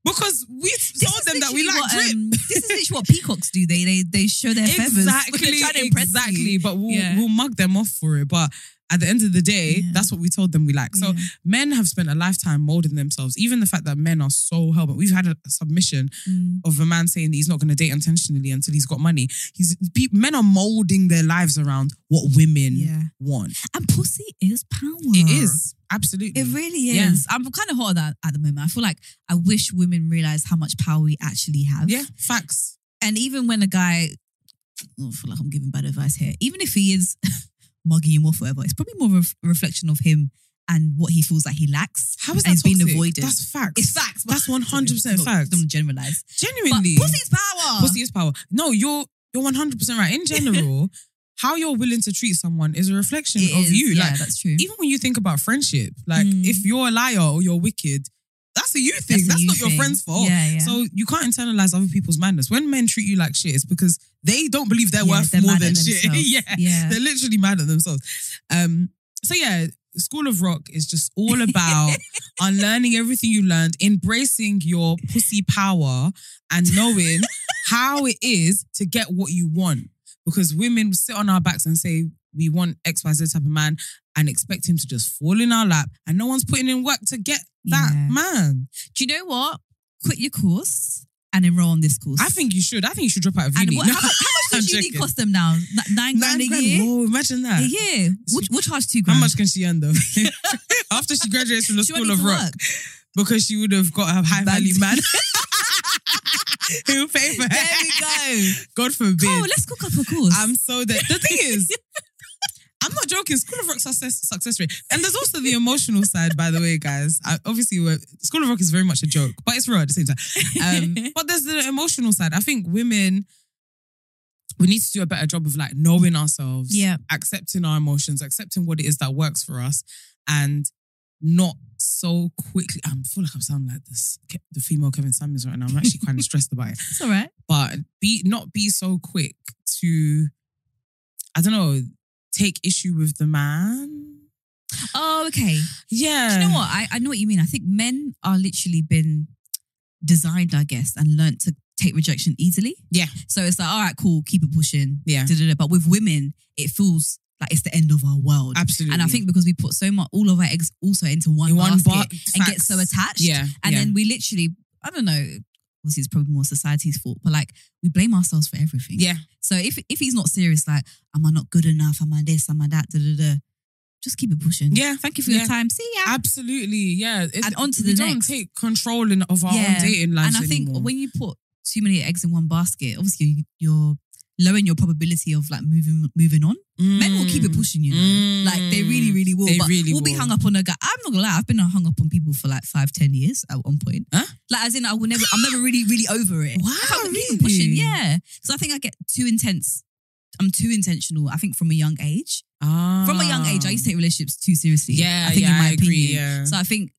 Speaker 2: Because we
Speaker 1: This
Speaker 2: told
Speaker 1: is
Speaker 2: them that we
Speaker 1: literally
Speaker 2: like
Speaker 1: what,
Speaker 2: drip.
Speaker 1: um, this is literally what peacocks do. They they they show their feathers. when they're trying to
Speaker 2: Exactly,
Speaker 1: impress you.
Speaker 2: exactly. But we'll,
Speaker 1: Yeah.
Speaker 2: we'll mug them off for it. But at the end of the day,
Speaker 1: Yeah.
Speaker 2: that's what we told them we like. So
Speaker 1: Yeah.
Speaker 2: men have spent a lifetime molding themselves. Even the fact that men are so hell, but we've had a submission
Speaker 1: Mm.
Speaker 2: of a man saying that he's not going to date intentionally until he's got money. He's pe- men are molding their lives around what women
Speaker 1: Yeah.
Speaker 2: want.
Speaker 1: And pussy is power.
Speaker 2: It is absolutely.
Speaker 1: It really
Speaker 2: Mm. Yeah.
Speaker 1: is. I'm kind of hot on that at the moment. I feel like I wish women realize how much power we actually have.
Speaker 2: yeah, facts.
Speaker 1: And even when a guy, oh, I feel like I'm giving bad advice here. Even if he is mugging you off, or whatever, it's probably more of a reflection of him and what he feels like he lacks.
Speaker 2: How is that
Speaker 1: and it's being
Speaker 2: toxic?
Speaker 1: avoided.
Speaker 2: That's facts.
Speaker 1: it's facts.
Speaker 2: That's 100%
Speaker 1: Not-
Speaker 2: facts.
Speaker 1: Don't generalize. But
Speaker 2: Genuinely.
Speaker 1: pussy's power.
Speaker 2: Pussy is power. No, you're you're 100 percent right. In general, how you're willing to treat someone is a reflection
Speaker 1: It
Speaker 2: of
Speaker 1: is,
Speaker 2: you.
Speaker 1: Yeah,
Speaker 2: Like
Speaker 1: that's true.
Speaker 2: even when you think about friendship, like
Speaker 1: Mm.
Speaker 2: if you're a liar or you're wicked, that's a you thing. That's,
Speaker 1: a you
Speaker 2: not your
Speaker 1: thing.
Speaker 2: friend's fault.
Speaker 1: Yeah, yeah.
Speaker 2: So you can't internalize other people's madness. When men treat you like shit, it's because they don't believe they're
Speaker 1: Yeah,
Speaker 2: worth
Speaker 1: they're
Speaker 2: more
Speaker 1: mad
Speaker 2: than
Speaker 1: at
Speaker 2: shit.
Speaker 1: themselves.
Speaker 2: yeah.
Speaker 1: yeah.
Speaker 2: They're literally mad at themselves. Um, so yeah, School of Rock is just all about unlearning everything you learned, embracing your pussy power, and knowing how it is to get what you want. Because women sit on our backs and say, we want XYZ type of man and expect him to just fall in our lap. And no one's putting in work to get that
Speaker 1: Yeah.
Speaker 2: man.
Speaker 1: Do you know what? Quit your course and enroll on this course.
Speaker 2: I think you should. I think you should drop out of
Speaker 1: And
Speaker 2: uni.
Speaker 1: what, how, much- how
Speaker 2: I'm
Speaker 1: much does uni
Speaker 2: joking.
Speaker 1: cost them now? N- Nine,
Speaker 2: Nine
Speaker 1: grand a
Speaker 2: grand.
Speaker 1: year.
Speaker 2: Whoa, imagine that.
Speaker 1: A year. We'll, we'll charge two grand.
Speaker 2: How much can she earn though? After she graduates from the
Speaker 1: Mm. She won't
Speaker 2: School
Speaker 1: need
Speaker 2: of
Speaker 1: to
Speaker 2: Rock,
Speaker 1: work.
Speaker 2: because she would have got a high value man
Speaker 1: Band-
Speaker 2: who pay for
Speaker 1: There
Speaker 2: her.
Speaker 1: we go.
Speaker 2: God forbid.
Speaker 1: Cool. Let's cook up a course.
Speaker 2: I'm so dead. The thing is, I'm not joking. School of Rock success success rate, and there's also the emotional side. By the way, guys, I, obviously, we're, School of Rock is very much a joke, but it's real at the same time. Um, but there's the emotional side. I think women. We need to do a better job of like knowing ourselves,
Speaker 1: Yeah.
Speaker 2: accepting our emotions, accepting what it is that works for us, and not so quickly. um, I feel like I'm sounding like this, Ke- the female Kevin Samuels right now. I'm actually kind of stressed about it
Speaker 1: it's all right.
Speaker 2: but be not be so quick to I don't know take issue with the man.
Speaker 1: Oh, okay.
Speaker 2: Yeah,
Speaker 1: Do you know what? I, I know what you mean. I think men are literally been designed, I guess, and learnt to take rejection easily.
Speaker 2: Yeah.
Speaker 1: So it's like, all right, cool, keep it pushing.
Speaker 2: Yeah.
Speaker 1: Da-da-da. But with women, it feels like it's the end of our world.
Speaker 2: Absolutely,
Speaker 1: And I think because we put so much, all of our eggs also into one,
Speaker 2: In one
Speaker 1: basket
Speaker 2: ba-
Speaker 1: and get
Speaker 2: facts.
Speaker 1: so attached.
Speaker 2: yeah,
Speaker 1: And
Speaker 2: yeah.
Speaker 1: then we literally, I don't know, obviously it's probably more society's fault, but like we blame ourselves for everything.
Speaker 2: yeah,
Speaker 1: So if if he's not serious, like, am I not good enough? Am I this? Am I that? Da, da, da. Just keep it pushing.
Speaker 2: Yeah.
Speaker 1: Thank you for
Speaker 2: Yeah.
Speaker 1: your time. See ya.
Speaker 2: absolutely, yeah. It's,
Speaker 1: And on to
Speaker 2: we
Speaker 1: the
Speaker 2: don't
Speaker 1: next.
Speaker 2: take control in, of our own
Speaker 1: Yeah.
Speaker 2: dating lives
Speaker 1: and I think
Speaker 2: anymore.
Speaker 1: when you put too many eggs in one basket, obviously you're lowering your probability of like moving moving on. Men will keep it pushing you. Know?
Speaker 2: Mm.
Speaker 1: Like they really, really will.
Speaker 2: They
Speaker 1: but
Speaker 2: really
Speaker 1: we'll be
Speaker 2: will.
Speaker 1: hung up on a guy. I'm not gonna lie, I've been hung up on people for like five, ten years at one point.
Speaker 2: Huh?
Speaker 1: Like as in I will never I'm never really, really over it.
Speaker 2: Wow,
Speaker 1: I can't keep
Speaker 2: really?
Speaker 1: it pushing, yeah. So I think I get too intense. I'm too intentional, I think, from a young age.
Speaker 2: Ah.
Speaker 1: From a young age, I used to take relationships too seriously.
Speaker 2: Yeah,
Speaker 1: I think
Speaker 2: yeah,
Speaker 1: in my
Speaker 2: I agree,
Speaker 1: opinion.
Speaker 2: yeah.
Speaker 1: So I think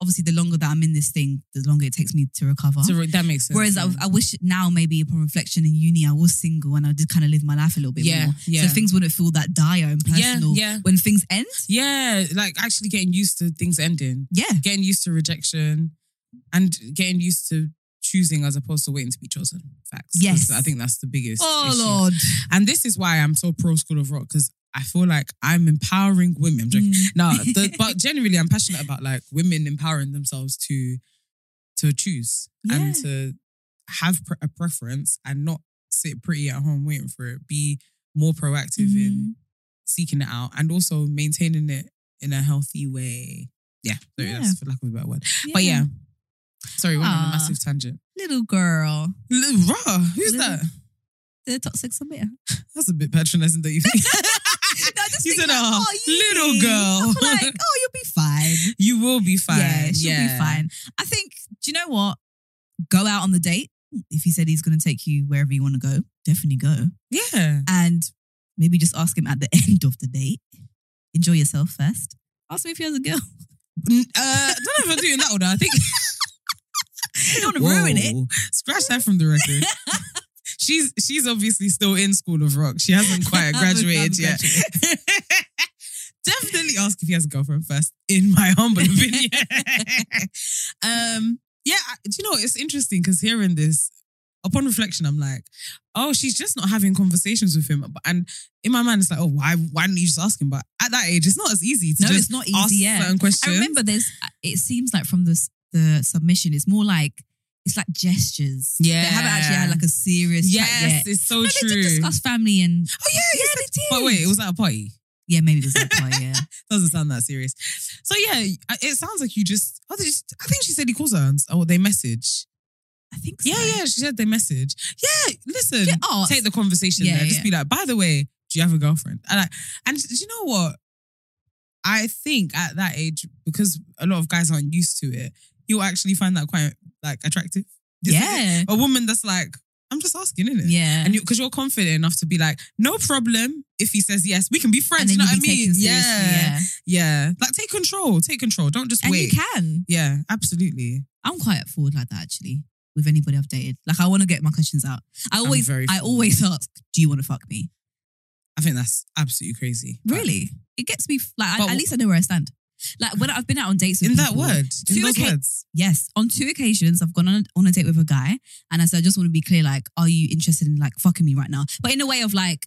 Speaker 1: obviously the longer that I'm in this thing, the longer it takes me to recover.
Speaker 2: So that makes sense.
Speaker 1: Ah. Whereas I, I wish now, maybe upon reflection in uni, I was single and I did kind of live my life a little bit
Speaker 2: Yeah,
Speaker 1: more.
Speaker 2: yeah.
Speaker 1: So things wouldn't feel that dire and
Speaker 2: Yeah,
Speaker 1: personal
Speaker 2: yeah.
Speaker 1: when things end.
Speaker 2: yeah, like actually getting used to things ending.
Speaker 1: Yeah.
Speaker 2: getting used to rejection and getting used to choosing as opposed to waiting to be chosen. Facts. 'Cause
Speaker 1: Yes.
Speaker 2: I think that's the biggest.
Speaker 1: Oh,
Speaker 2: issue.
Speaker 1: Lord.
Speaker 2: And this is why I'm so pro School of Rock because I feel like I'm empowering women. I'm joking.
Speaker 1: Mm.
Speaker 2: No, the, but generally, I'm passionate about like women empowering themselves to to choose and
Speaker 1: Yeah.
Speaker 2: to have pre- a preference and not sit pretty at home waiting for it. Be more proactive
Speaker 1: Mm-hmm.
Speaker 2: in seeking it out and also maintaining it in a healthy way. Yeah, sorry,
Speaker 1: Yeah.
Speaker 2: that's for lack of a better word. But yeah. Sorry, we went on a
Speaker 1: Ah.
Speaker 2: massive tangent.
Speaker 1: Little girl.
Speaker 2: L- Rah, who's
Speaker 1: Little-
Speaker 2: that?
Speaker 1: The toxic submitter.
Speaker 2: That's a bit patronizing, don't you think?
Speaker 1: No, I just
Speaker 2: You
Speaker 1: think
Speaker 2: said,
Speaker 1: like,
Speaker 2: "Oh,
Speaker 1: oh, you.
Speaker 2: little girl."
Speaker 1: I'm like, oh, you'll be fine.
Speaker 2: you will be fine.
Speaker 1: Yeah, she'll
Speaker 2: Yeah.
Speaker 1: be fine. I think, do you know what? Go out on the date. If he said he's going to take you wherever you want to go, definitely go.
Speaker 2: Yeah.
Speaker 1: and maybe just ask him at the end of the date. Enjoy yourself first. Ask him if he has a girl.
Speaker 2: Mm, Uh, don't know if I'm doing that order. I think
Speaker 1: You don't want to ruin it.
Speaker 2: Whoa. Scratch that from the record. she's she's obviously still in School of Rock. She hasn't quite
Speaker 1: Haven't-
Speaker 2: graduated
Speaker 1: haven't
Speaker 2: yet. Definitely ask if he has a girlfriend first, in my humble opinion. um, yeah, I- do you know it's interesting because hearing this, upon reflection, I'm like, oh, she's just not having conversations with him. But- And in my mind, it's like, oh, why why didn't you just ask him? But at that age, it's not as easy to
Speaker 1: No,
Speaker 2: just
Speaker 1: it's not
Speaker 2: ask
Speaker 1: easy. Yeah,
Speaker 2: certain questions.
Speaker 1: I remember there's. It seems like from the the submission, it's more like it's like gestures. they haven't actually had like a serious. chat
Speaker 2: Yes,
Speaker 1: yet.
Speaker 2: it's so
Speaker 1: no,
Speaker 2: true.
Speaker 1: they did discuss family and.
Speaker 2: Oh yeah,
Speaker 1: Yeah,
Speaker 2: yeah.
Speaker 1: they did.
Speaker 2: But wait, it was at a party.
Speaker 1: yeah, maybe it was that part. Yeah,
Speaker 2: Doesn't sound that serious. So yeah, I- it sounds like you just. I think, I think she said he calls her. and- Oh, they message.
Speaker 1: I think. So. oh,
Speaker 2: Yeah, yeah. She said they message. Yeah, listen.
Speaker 1: Get asked.
Speaker 2: Take the conversation
Speaker 1: Yeah,
Speaker 2: there. Just
Speaker 1: yeah.
Speaker 2: be like, by the way, do you have a girlfriend? And I, and do you know what? I think at that age, because a lot of guys aren't used to it, you'll actually find that quite like attractive. This is
Speaker 1: yeah.
Speaker 2: a woman that's like, I'm just asking, innit?
Speaker 1: Yeah.
Speaker 2: And because you, are confident enough to be like, no problem if he says yes, we can be friends.
Speaker 1: And
Speaker 2: you know what I
Speaker 1: be
Speaker 2: mean?
Speaker 1: taken seriously,
Speaker 2: Yeah. Yeah. Like take control. Take control. Don't just
Speaker 1: And
Speaker 2: wait.
Speaker 1: you can.
Speaker 2: Yeah, absolutely.
Speaker 1: I'm quite forward like that actually. With anybody I've dated, like I want to get my questions out. I always,
Speaker 2: very
Speaker 1: I
Speaker 2: forward.
Speaker 1: always ask, "Do you want to fuck me?"
Speaker 2: I think that's absolutely crazy. But
Speaker 1: Really, it gets me. Like I,
Speaker 2: But
Speaker 1: at
Speaker 2: w-
Speaker 1: least I know where I stand. Like when I've been out on dates with
Speaker 2: In that
Speaker 1: people-
Speaker 2: word, in
Speaker 1: Two
Speaker 2: those
Speaker 1: occa-
Speaker 2: words.
Speaker 1: Yes, on two occasions I've gone on a, on a date with a guy, and I said I just want to be clear. Like, are you interested in like fucking me right now? But in a way of like,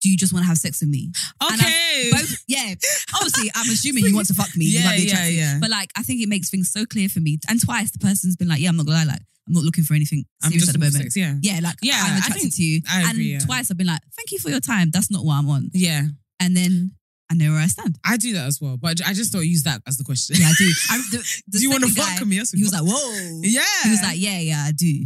Speaker 1: do you just want to have sex with me? And I-
Speaker 2: Okay.
Speaker 1: Both, yeah. Obviously, I'm assuming you want to fuck me. you
Speaker 2: Yeah,
Speaker 1: might be
Speaker 2: yeah,
Speaker 1: attracted.
Speaker 2: yeah.
Speaker 1: But like, I think it makes things so clear for me. And twice the person's been like, "Yeah, I'm not gonna lie. Like, I'm not looking for anything
Speaker 2: I'm
Speaker 1: serious
Speaker 2: just
Speaker 1: at the moment."
Speaker 2: sex, yeah.
Speaker 1: Yeah, like
Speaker 2: Yeah,
Speaker 1: I'm
Speaker 2: I
Speaker 1: attracted
Speaker 2: think-
Speaker 1: to you.
Speaker 2: I agree,
Speaker 1: and
Speaker 2: yeah.
Speaker 1: twice I've been like, thank you for your time. That's not what I'm on.
Speaker 2: Yeah.
Speaker 1: And then I know where I stand.
Speaker 2: I do that as well, but I just don't use that as the question.
Speaker 1: Yeah, I do. I, the, the
Speaker 2: do you want to
Speaker 1: second guy,
Speaker 2: fuck me? Yes, we
Speaker 1: He was
Speaker 2: want.
Speaker 1: like, whoa.
Speaker 2: yeah.
Speaker 1: He was like, yeah, yeah, I do.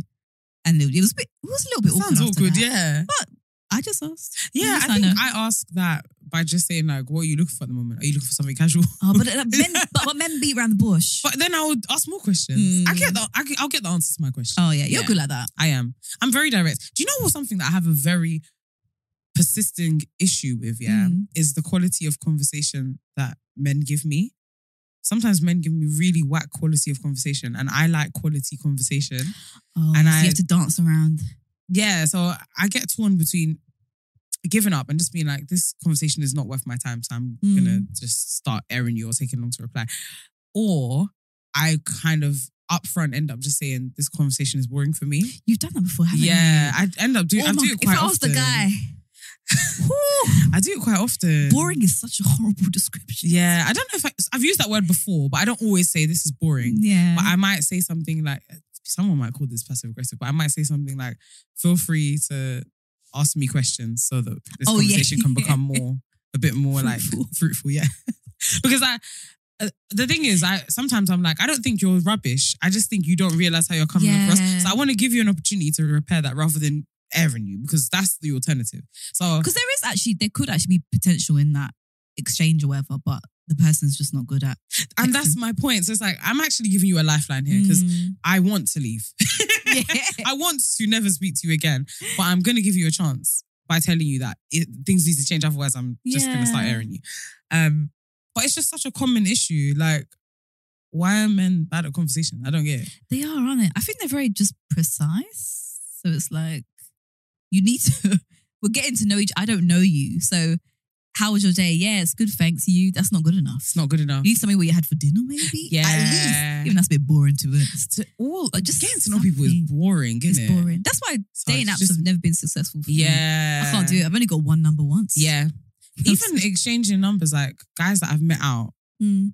Speaker 1: And it was a bit, it was a little bit awkward.
Speaker 2: sounds
Speaker 1: after
Speaker 2: awkward.
Speaker 1: that.
Speaker 2: Yeah.
Speaker 1: I just asked.
Speaker 2: Yeah,
Speaker 1: Yes,
Speaker 2: I think
Speaker 1: know.
Speaker 2: I ask that by just saying like, "What are you looking for at the moment? Are you looking for something casual?"
Speaker 1: Oh, but, uh, men, but, but men beat around the bush.
Speaker 2: But then I would ask more questions. I
Speaker 1: Mm.
Speaker 2: get the I get, I'll get the answer to my question.
Speaker 1: oh yeah, you're
Speaker 2: Yeah.
Speaker 1: good like that.
Speaker 2: I am. I'm very direct. Do you know what's something that I have a very persisting issue with? Yeah,
Speaker 1: Mm.
Speaker 2: is the quality of conversation that men give me. Sometimes men give me really whack quality of conversation, and I like quality conversation.
Speaker 1: Oh,
Speaker 2: And
Speaker 1: so
Speaker 2: I-
Speaker 1: you have to dance around.
Speaker 2: Yeah, so I get torn between giving up and just being like, this conversation is not worth my time, so I'm
Speaker 1: Mm.
Speaker 2: gonna just start airing you or taking long to reply. Or I kind of upfront end up just saying this conversation is boring for me.
Speaker 1: You've done that before, haven't
Speaker 2: Yeah,
Speaker 1: you?
Speaker 2: I end up doing.
Speaker 1: Oh
Speaker 2: I
Speaker 1: my-
Speaker 2: do it quite
Speaker 1: if I was
Speaker 2: often.
Speaker 1: the guy,
Speaker 2: I do it quite often.
Speaker 1: boring is such a horrible description.
Speaker 2: Yeah, I don't know if I, I've used that word before, but I don't always say this is boring.
Speaker 1: Yeah.
Speaker 2: But I might say something like, someone might call this passive aggressive, but I might say something like, feel free to ask me questions so that this
Speaker 1: Oh, yeah.
Speaker 2: conversation can become more, a bit more
Speaker 1: Fruitful.
Speaker 2: like fruitful. Yeah. because I, uh, the thing is, I sometimes I'm like, I don't think you're rubbish. I just think you don't realize how you're coming across.
Speaker 1: Yeah.
Speaker 2: So I want to give you an opportunity to repair that rather than airing you because that's the alternative. So
Speaker 1: Because there is actually, there could actually be potential in that exchange or whatever, but the person's just not good at.
Speaker 2: and that's my point. So it's like I'm actually giving you a lifeline here because
Speaker 1: Mm.
Speaker 2: I want to leave.
Speaker 1: Yeah.
Speaker 2: I want to never speak to you again, but I'm going to give you a chance by telling you that it, things need to change. Otherwise, I'm just going to start
Speaker 1: Yeah.
Speaker 2: airing you. Um, but it's just such a common issue. Like, why are men bad at conversation? I don't get it.
Speaker 1: They are, aren't they? I think they're very just precise. So it's like, you need to, we're getting to know each, I don't know you. So how was your day? Yeah, it's good. Thanks. You, that's not good enough.
Speaker 2: It's not good enough.
Speaker 1: you need something what you had for dinner, maybe? At
Speaker 2: Yeah.
Speaker 1: least. Even that's a bit boring to us.
Speaker 2: all uh,
Speaker 1: But just
Speaker 2: getting to know people is
Speaker 1: something.
Speaker 2: boring,
Speaker 1: It's
Speaker 2: isn't it?
Speaker 1: boring. That's why
Speaker 2: So
Speaker 1: dating
Speaker 2: it's
Speaker 1: apps
Speaker 2: just-
Speaker 1: have never been successful for me.
Speaker 2: Yeah,
Speaker 1: I can't do it. I've only got one number once.
Speaker 2: Yeah, even exchanging numbers, like guys that I've met out
Speaker 1: Mm.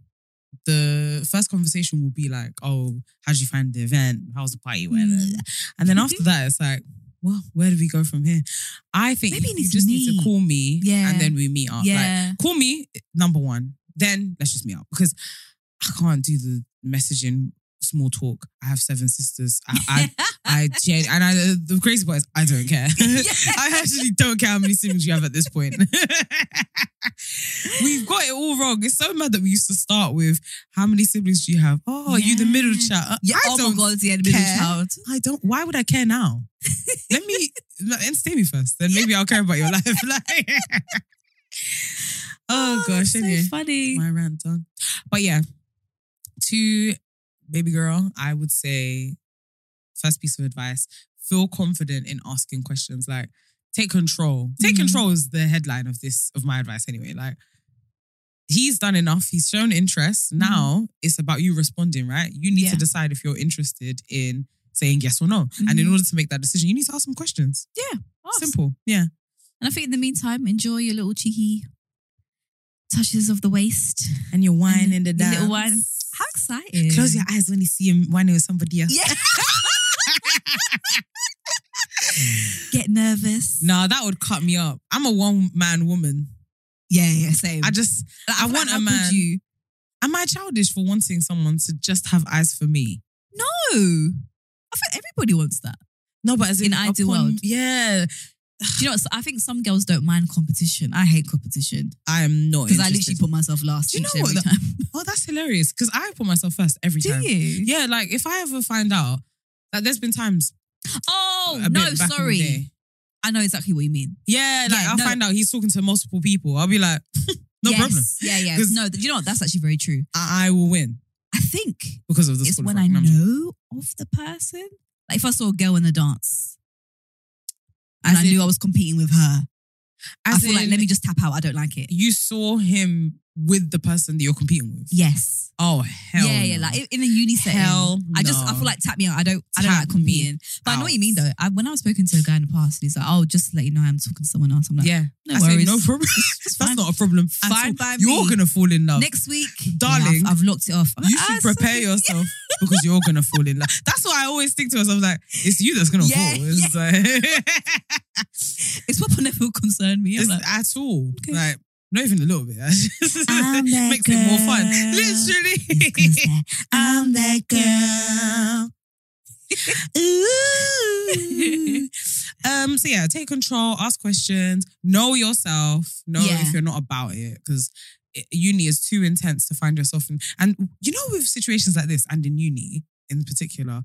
Speaker 2: the first conversation will be like, "Oh, how'd you find the event? How's the party?" Whatever.
Speaker 1: Mm.
Speaker 2: And then after that, it's like, "Well, where do we go from here?" I think
Speaker 1: Maybe you
Speaker 2: you
Speaker 1: need to
Speaker 2: just need to
Speaker 1: meet.
Speaker 2: call me,
Speaker 1: Yeah.
Speaker 2: and then we meet up. Like,
Speaker 1: Yeah.
Speaker 2: call me number one, then let's just meet up because I can't do the messaging small talk. I have seven sisters. I, I I gen- and I, the crazy part is I don't care. I actually don't care how many siblings you have at this point. We've got it all wrong. It's so mad that we used to start with how many siblings do you have? Oh, you the middle
Speaker 1: Yeah.
Speaker 2: child.
Speaker 1: Yeah,
Speaker 2: I
Speaker 1: oh my
Speaker 2: don't.
Speaker 1: god, yeah, the middle
Speaker 2: care.
Speaker 1: child.
Speaker 2: I don't. Why would I care now? Let me entertain me first. Then maybe I'll care about your life. Like, oh gosh,
Speaker 1: so
Speaker 2: anyway.
Speaker 1: funny.
Speaker 2: my rant done. But yeah, to baby girl, I would say first piece of advice: feel confident in asking questions. Like, take control. Take
Speaker 1: Mhm.
Speaker 2: control is the headline of this of my advice anyway. Like, he's done enough. He's shown interest. Now it's about you responding. Right? You need
Speaker 1: Yeah.
Speaker 2: to decide if you're interested in saying yes or no. And in
Speaker 1: Mhm.
Speaker 2: order to make that decision, you need to ask some questions.
Speaker 1: Awesome.
Speaker 2: Simple. Yeah.
Speaker 1: And I think in the meantime, enjoy your little cheeky touches of the waist.
Speaker 2: And your wine
Speaker 1: And
Speaker 2: in the
Speaker 1: the
Speaker 2: dance.
Speaker 1: little wine. How excited!
Speaker 2: Close your eyes when you see him whining with somebody else.
Speaker 1: Yeah. Get nervous.
Speaker 2: Nah, that would cut me up. I'm a one man woman.
Speaker 1: Yeah, yeah, same.
Speaker 2: I just,
Speaker 1: Like,
Speaker 2: I
Speaker 1: feel like,
Speaker 2: want a
Speaker 1: how could
Speaker 2: man-
Speaker 1: You?
Speaker 2: am I childish for wanting someone to just have eyes for me?
Speaker 1: No, I think everybody wants that.
Speaker 2: No, but as
Speaker 1: In ideal
Speaker 2: upon-
Speaker 1: world.
Speaker 2: yeah.
Speaker 1: Do you know? What, I think some girls don't mind competition. I hate competition
Speaker 2: I am not
Speaker 1: because I
Speaker 2: interested.
Speaker 1: literally put myself last.
Speaker 2: Do you
Speaker 1: each
Speaker 2: know
Speaker 1: and
Speaker 2: what
Speaker 1: every time.
Speaker 2: Oh, that's hilarious. Because I put myself first every time.
Speaker 1: you?
Speaker 2: Yeah, like if I ever find out that there's been times.
Speaker 1: Oh no,
Speaker 2: a bit back in the
Speaker 1: sorry.
Speaker 2: day.
Speaker 1: I know exactly what you mean.
Speaker 2: Yeah, like
Speaker 1: Yeah,
Speaker 2: I'll
Speaker 1: no.
Speaker 2: find out he's talking to multiple people. I'll be like, no
Speaker 1: yes.
Speaker 2: problem.
Speaker 1: Yeah, yeah.
Speaker 2: 'Cause-
Speaker 1: No, you know what? That's actually very true.
Speaker 2: I, I will win
Speaker 1: I think
Speaker 2: because of the
Speaker 1: it's
Speaker 2: school
Speaker 1: when
Speaker 2: of rock.
Speaker 1: I
Speaker 2: No, I'm joking.
Speaker 1: know of the person. Like if I saw a girl in a dance and
Speaker 2: As
Speaker 1: I
Speaker 2: in-
Speaker 1: knew I was competing with her, I
Speaker 2: As
Speaker 1: feel like
Speaker 2: in,
Speaker 1: let me just tap out. I don't like it.
Speaker 2: You saw him with the person that you're competing with.
Speaker 1: Yes.
Speaker 2: Oh hell.
Speaker 1: yeah, yeah.
Speaker 2: no.
Speaker 1: Like in- in a uni setting,
Speaker 2: Hell
Speaker 1: I just I
Speaker 2: no.
Speaker 1: feel like tap me out. I don't I don't
Speaker 2: Tap
Speaker 1: like competing. But I know what you mean
Speaker 2: out.
Speaker 1: though. I, when I was spoken to a guy in the past, he's like, "Oh, just to let you know, I'm talking to someone else." I'm like,
Speaker 2: yeah.
Speaker 1: no
Speaker 2: I said,
Speaker 1: worries.
Speaker 2: no problem.
Speaker 1: It's
Speaker 2: That's
Speaker 1: fine.
Speaker 2: not a problem. at
Speaker 1: Fine
Speaker 2: all.
Speaker 1: by
Speaker 2: You're
Speaker 1: me.
Speaker 2: gonna fall in love.
Speaker 1: Next week, yeah,
Speaker 2: Darling,
Speaker 1: I've, I've locked it off. I'm
Speaker 2: you
Speaker 1: like,
Speaker 2: should
Speaker 1: "Ah, it's
Speaker 2: prepare
Speaker 1: okay."
Speaker 2: yourself because you're gonna fall in love. That's what I always think to myself. Like it's you that's gonna
Speaker 1: Yeah,
Speaker 2: fall. It's like-
Speaker 1: It's what never concerned me. I'm
Speaker 2: It's
Speaker 1: like,
Speaker 2: at all.
Speaker 1: Okay.
Speaker 2: Like not even a little bit.
Speaker 1: I'm that
Speaker 2: makes it more fun.
Speaker 1: girl.
Speaker 2: Literally.
Speaker 1: I'm that girl.
Speaker 2: Ooh. um. So yeah, take control. Ask questions. Know yourself. Know
Speaker 1: Yeah.
Speaker 2: if you're not about it because uni is too intense to find yourself in. And you know, with situations like this, and in uni in particular,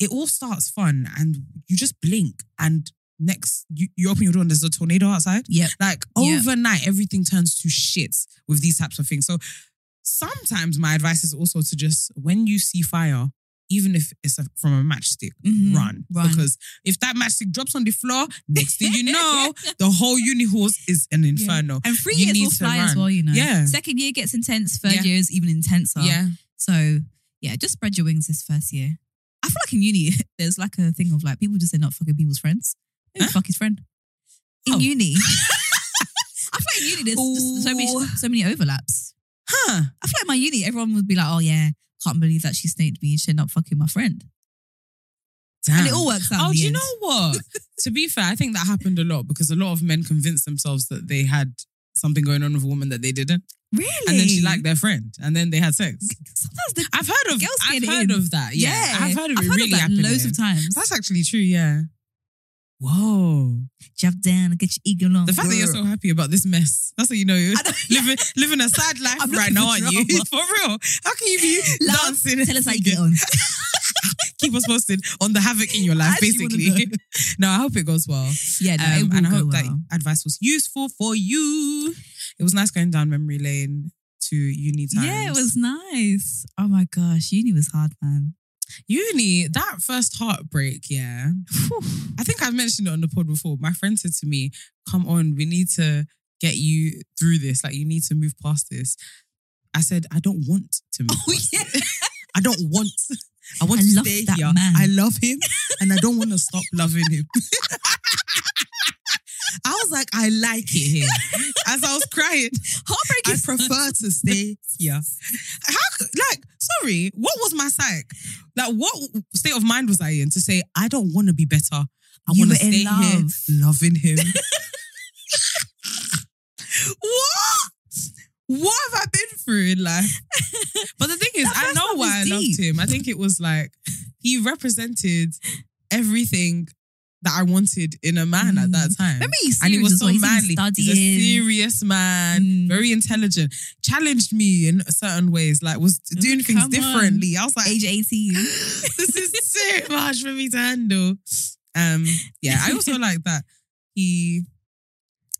Speaker 2: it all starts fun, and you just blink, and next you, you open your door and there's a tornado outside.
Speaker 1: Yep.
Speaker 2: Like
Speaker 1: Yeah.
Speaker 2: overnight, everything turns to shit with these types of things. So sometimes my advice is also to just when you see fire, even if it's a, from a matchstick,
Speaker 1: Mhm.
Speaker 2: run.
Speaker 1: Run.
Speaker 2: Because if that matchstick drops on the floor, next thing you know, the whole uni halls is an inferno.
Speaker 1: And three
Speaker 2: You
Speaker 1: years
Speaker 2: need
Speaker 1: will
Speaker 2: to
Speaker 1: fly as
Speaker 2: run.
Speaker 1: well, you know.
Speaker 2: Yeah.
Speaker 1: Second year gets intense. Third
Speaker 2: Yeah.
Speaker 1: year is even intenser. So yeah, just spread your wings this first year. I feel like in uni, there's like a thing of like people just end up fucking people's friends. Who the
Speaker 2: Huh?
Speaker 1: fuck his friend? In
Speaker 2: Oh.
Speaker 1: uni. I feel like in uni there's just so many so many overlaps.
Speaker 2: Huh.
Speaker 1: I feel like my uni, everyone would be like, oh yeah, can't believe that she snaked me and she ended up fucking my friend.
Speaker 2: Damn.
Speaker 1: And it all works out. in
Speaker 2: Oh,
Speaker 1: the
Speaker 2: do you
Speaker 1: end.
Speaker 2: know what? to be fair, I think that happened a lot because a lot of men convinced themselves that they had something going on with a woman that they didn't.
Speaker 1: Really?
Speaker 2: And then she liked their friend and then they had sex.
Speaker 1: Sometimes the
Speaker 2: I've heard of
Speaker 1: Girls
Speaker 2: I've
Speaker 1: get in.
Speaker 2: heard of that. Uh, Yeah. I've heard of it really
Speaker 1: that
Speaker 2: happening.
Speaker 1: loads of times.
Speaker 2: That's actually true, yeah. Whoa.
Speaker 1: Jump down and get your eagle on.
Speaker 2: The fact that you're
Speaker 1: girl.
Speaker 2: so happy about this mess. That's what you know you're
Speaker 1: I don't-
Speaker 2: living living a sad life
Speaker 1: I'm
Speaker 2: right
Speaker 1: looking
Speaker 2: now,
Speaker 1: for
Speaker 2: aren't you?
Speaker 1: drama.
Speaker 2: For real. How can you be
Speaker 1: Love,
Speaker 2: dancing?
Speaker 1: Tell us how you get on.
Speaker 2: Keep us posted on the havoc in your life,
Speaker 1: I actually wanna
Speaker 2: basically. no, I hope it goes well.
Speaker 1: Yeah, no, it
Speaker 2: Um,
Speaker 1: will
Speaker 2: and I
Speaker 1: go
Speaker 2: hope
Speaker 1: well.
Speaker 2: that advice was useful for you. It was nice going down memory lane to uni times.
Speaker 1: Yeah, it was nice. Oh my gosh, uni was hard, man.
Speaker 2: uni, that first heartbreak, yeah. I think I've mentioned it on the pod before. My friend said to me, Come on, we need to get you through this. Like, you need to move past this. I said, I don't want to move.
Speaker 1: Oh yeah,
Speaker 2: I don't want. I want
Speaker 1: I
Speaker 2: to
Speaker 1: love
Speaker 2: stay
Speaker 1: that
Speaker 2: here.
Speaker 1: man.
Speaker 2: I love him and I don't want to stop loving him. I was like, I like it here. As I was crying,
Speaker 1: heartbreak
Speaker 2: I
Speaker 1: is
Speaker 2: prefer to stay here. How, c- like, sorry, what was my psych? Like, what state of mind was I in to say, I don't want to be better? I
Speaker 1: You
Speaker 2: want to
Speaker 1: were in
Speaker 2: stay here
Speaker 1: love.
Speaker 2: loving him. what? What have I been through in life? But the thing is,
Speaker 1: That
Speaker 2: I
Speaker 1: first
Speaker 2: know
Speaker 1: love
Speaker 2: why I
Speaker 1: is
Speaker 2: loved
Speaker 1: deep.
Speaker 2: him. I think it was like he represented everything that I wanted in a man at that time.
Speaker 1: Remember, he's serious
Speaker 2: And he was
Speaker 1: as
Speaker 2: so
Speaker 1: well. He's even
Speaker 2: manly. He's a
Speaker 1: studying.
Speaker 2: serious man,
Speaker 1: Mm.
Speaker 2: very intelligent. Challenged me in certain ways, like was doing
Speaker 1: Mm,
Speaker 2: things
Speaker 1: come on.
Speaker 2: differently. I was like,
Speaker 1: Age eighteen.
Speaker 2: this is too much for me to handle. Um, yeah, I also like that he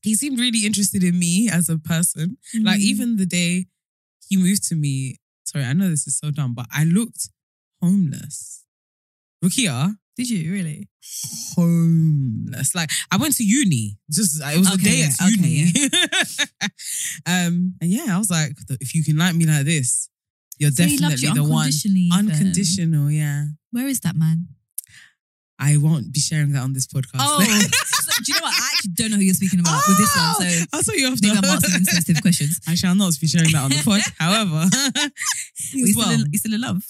Speaker 2: he seemed really interested in me as a person.
Speaker 1: Mm-hmm.
Speaker 2: Like even the day he moved to me, sorry, I know this is so dumb, but I looked homeless. Rukia,
Speaker 1: did you really?
Speaker 2: homeless. Like I went to uni. Just it was a
Speaker 1: Okay,
Speaker 2: day
Speaker 1: yeah,
Speaker 2: at
Speaker 1: okay,
Speaker 2: uni. um, and yeah, I was like, if you can like me like this, you're
Speaker 1: So he loved
Speaker 2: definitely
Speaker 1: you
Speaker 2: the one.
Speaker 1: unconditionally. then.
Speaker 2: Unconditional, yeah.
Speaker 1: Where is that man?
Speaker 2: I won't be sharing that on this podcast.
Speaker 1: Oh, so, do you know what? I actually don't know who you're speaking about with this one. So
Speaker 2: I saw you after.
Speaker 1: maybe I'm asking insensitive questions.
Speaker 2: I shall not be sharing that on the pod. However,
Speaker 1: You
Speaker 2: as
Speaker 1: still,
Speaker 2: well.
Speaker 1: in, you still in love?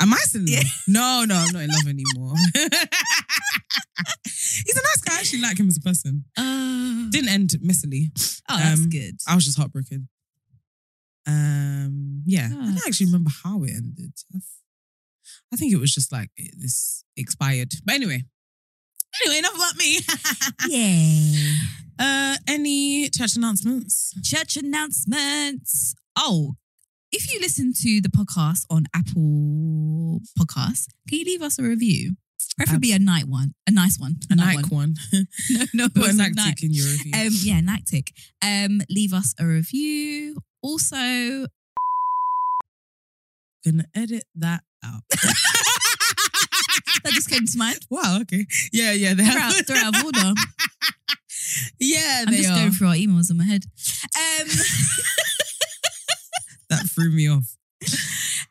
Speaker 2: Am I still in
Speaker 1: Yeah.
Speaker 2: love? No, no, I'm not in love anymore. He's a nice guy. I actually like him as a person.
Speaker 1: Uh,
Speaker 2: Didn't end messily.
Speaker 1: oh, that's
Speaker 2: um,
Speaker 1: good.
Speaker 2: I was just heartbroken. Um, yeah, I
Speaker 1: Yes.
Speaker 2: don't actually remember how it ended. I th- I think it was just like it- this expired. But anyway, Anyway, enough about me.
Speaker 1: Yeah.
Speaker 2: uh, any church announcements?
Speaker 1: Church announcements. Oh, if you listen to the podcast on Apple Podcasts, can you leave us a review? Preferably a night one, a nice one,
Speaker 2: A
Speaker 1: night
Speaker 2: Nike one.
Speaker 1: No, no,
Speaker 2: Put
Speaker 1: it
Speaker 2: a
Speaker 1: was a
Speaker 2: Nike
Speaker 1: night.
Speaker 2: tick in your review.
Speaker 1: Um, yeah, Nactic. Um, leave us a review. Also,
Speaker 2: Gonna edit that out.
Speaker 1: that just came to mind.
Speaker 2: wow. Okay. Yeah. Yeah. They
Speaker 1: They're
Speaker 2: have.
Speaker 1: out, they're out of order.
Speaker 2: yeah.
Speaker 1: I'm
Speaker 2: they
Speaker 1: just
Speaker 2: are.
Speaker 1: going through our emails in my head. Um,
Speaker 2: that threw me off.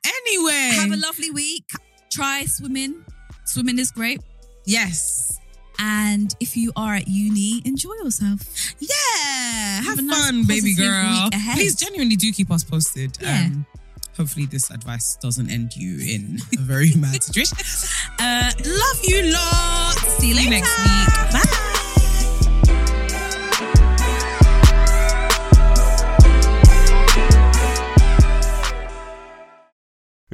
Speaker 2: anyway,
Speaker 1: have a lovely week. Try swimming. Swimming is great.
Speaker 2: yes.
Speaker 1: And if you are at uni, enjoy yourself. Yeah,
Speaker 2: Have, fun, baby girl. Please genuinely do keep us posted.
Speaker 1: Yeah.
Speaker 2: Um, hopefully, this advice doesn't end you in a very mad situation. Uh, love you lot.
Speaker 1: see you
Speaker 2: See you
Speaker 1: later.
Speaker 2: next week. Bye.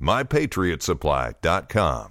Speaker 3: mypatriotsupply.com.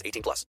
Speaker 4: 18 plus.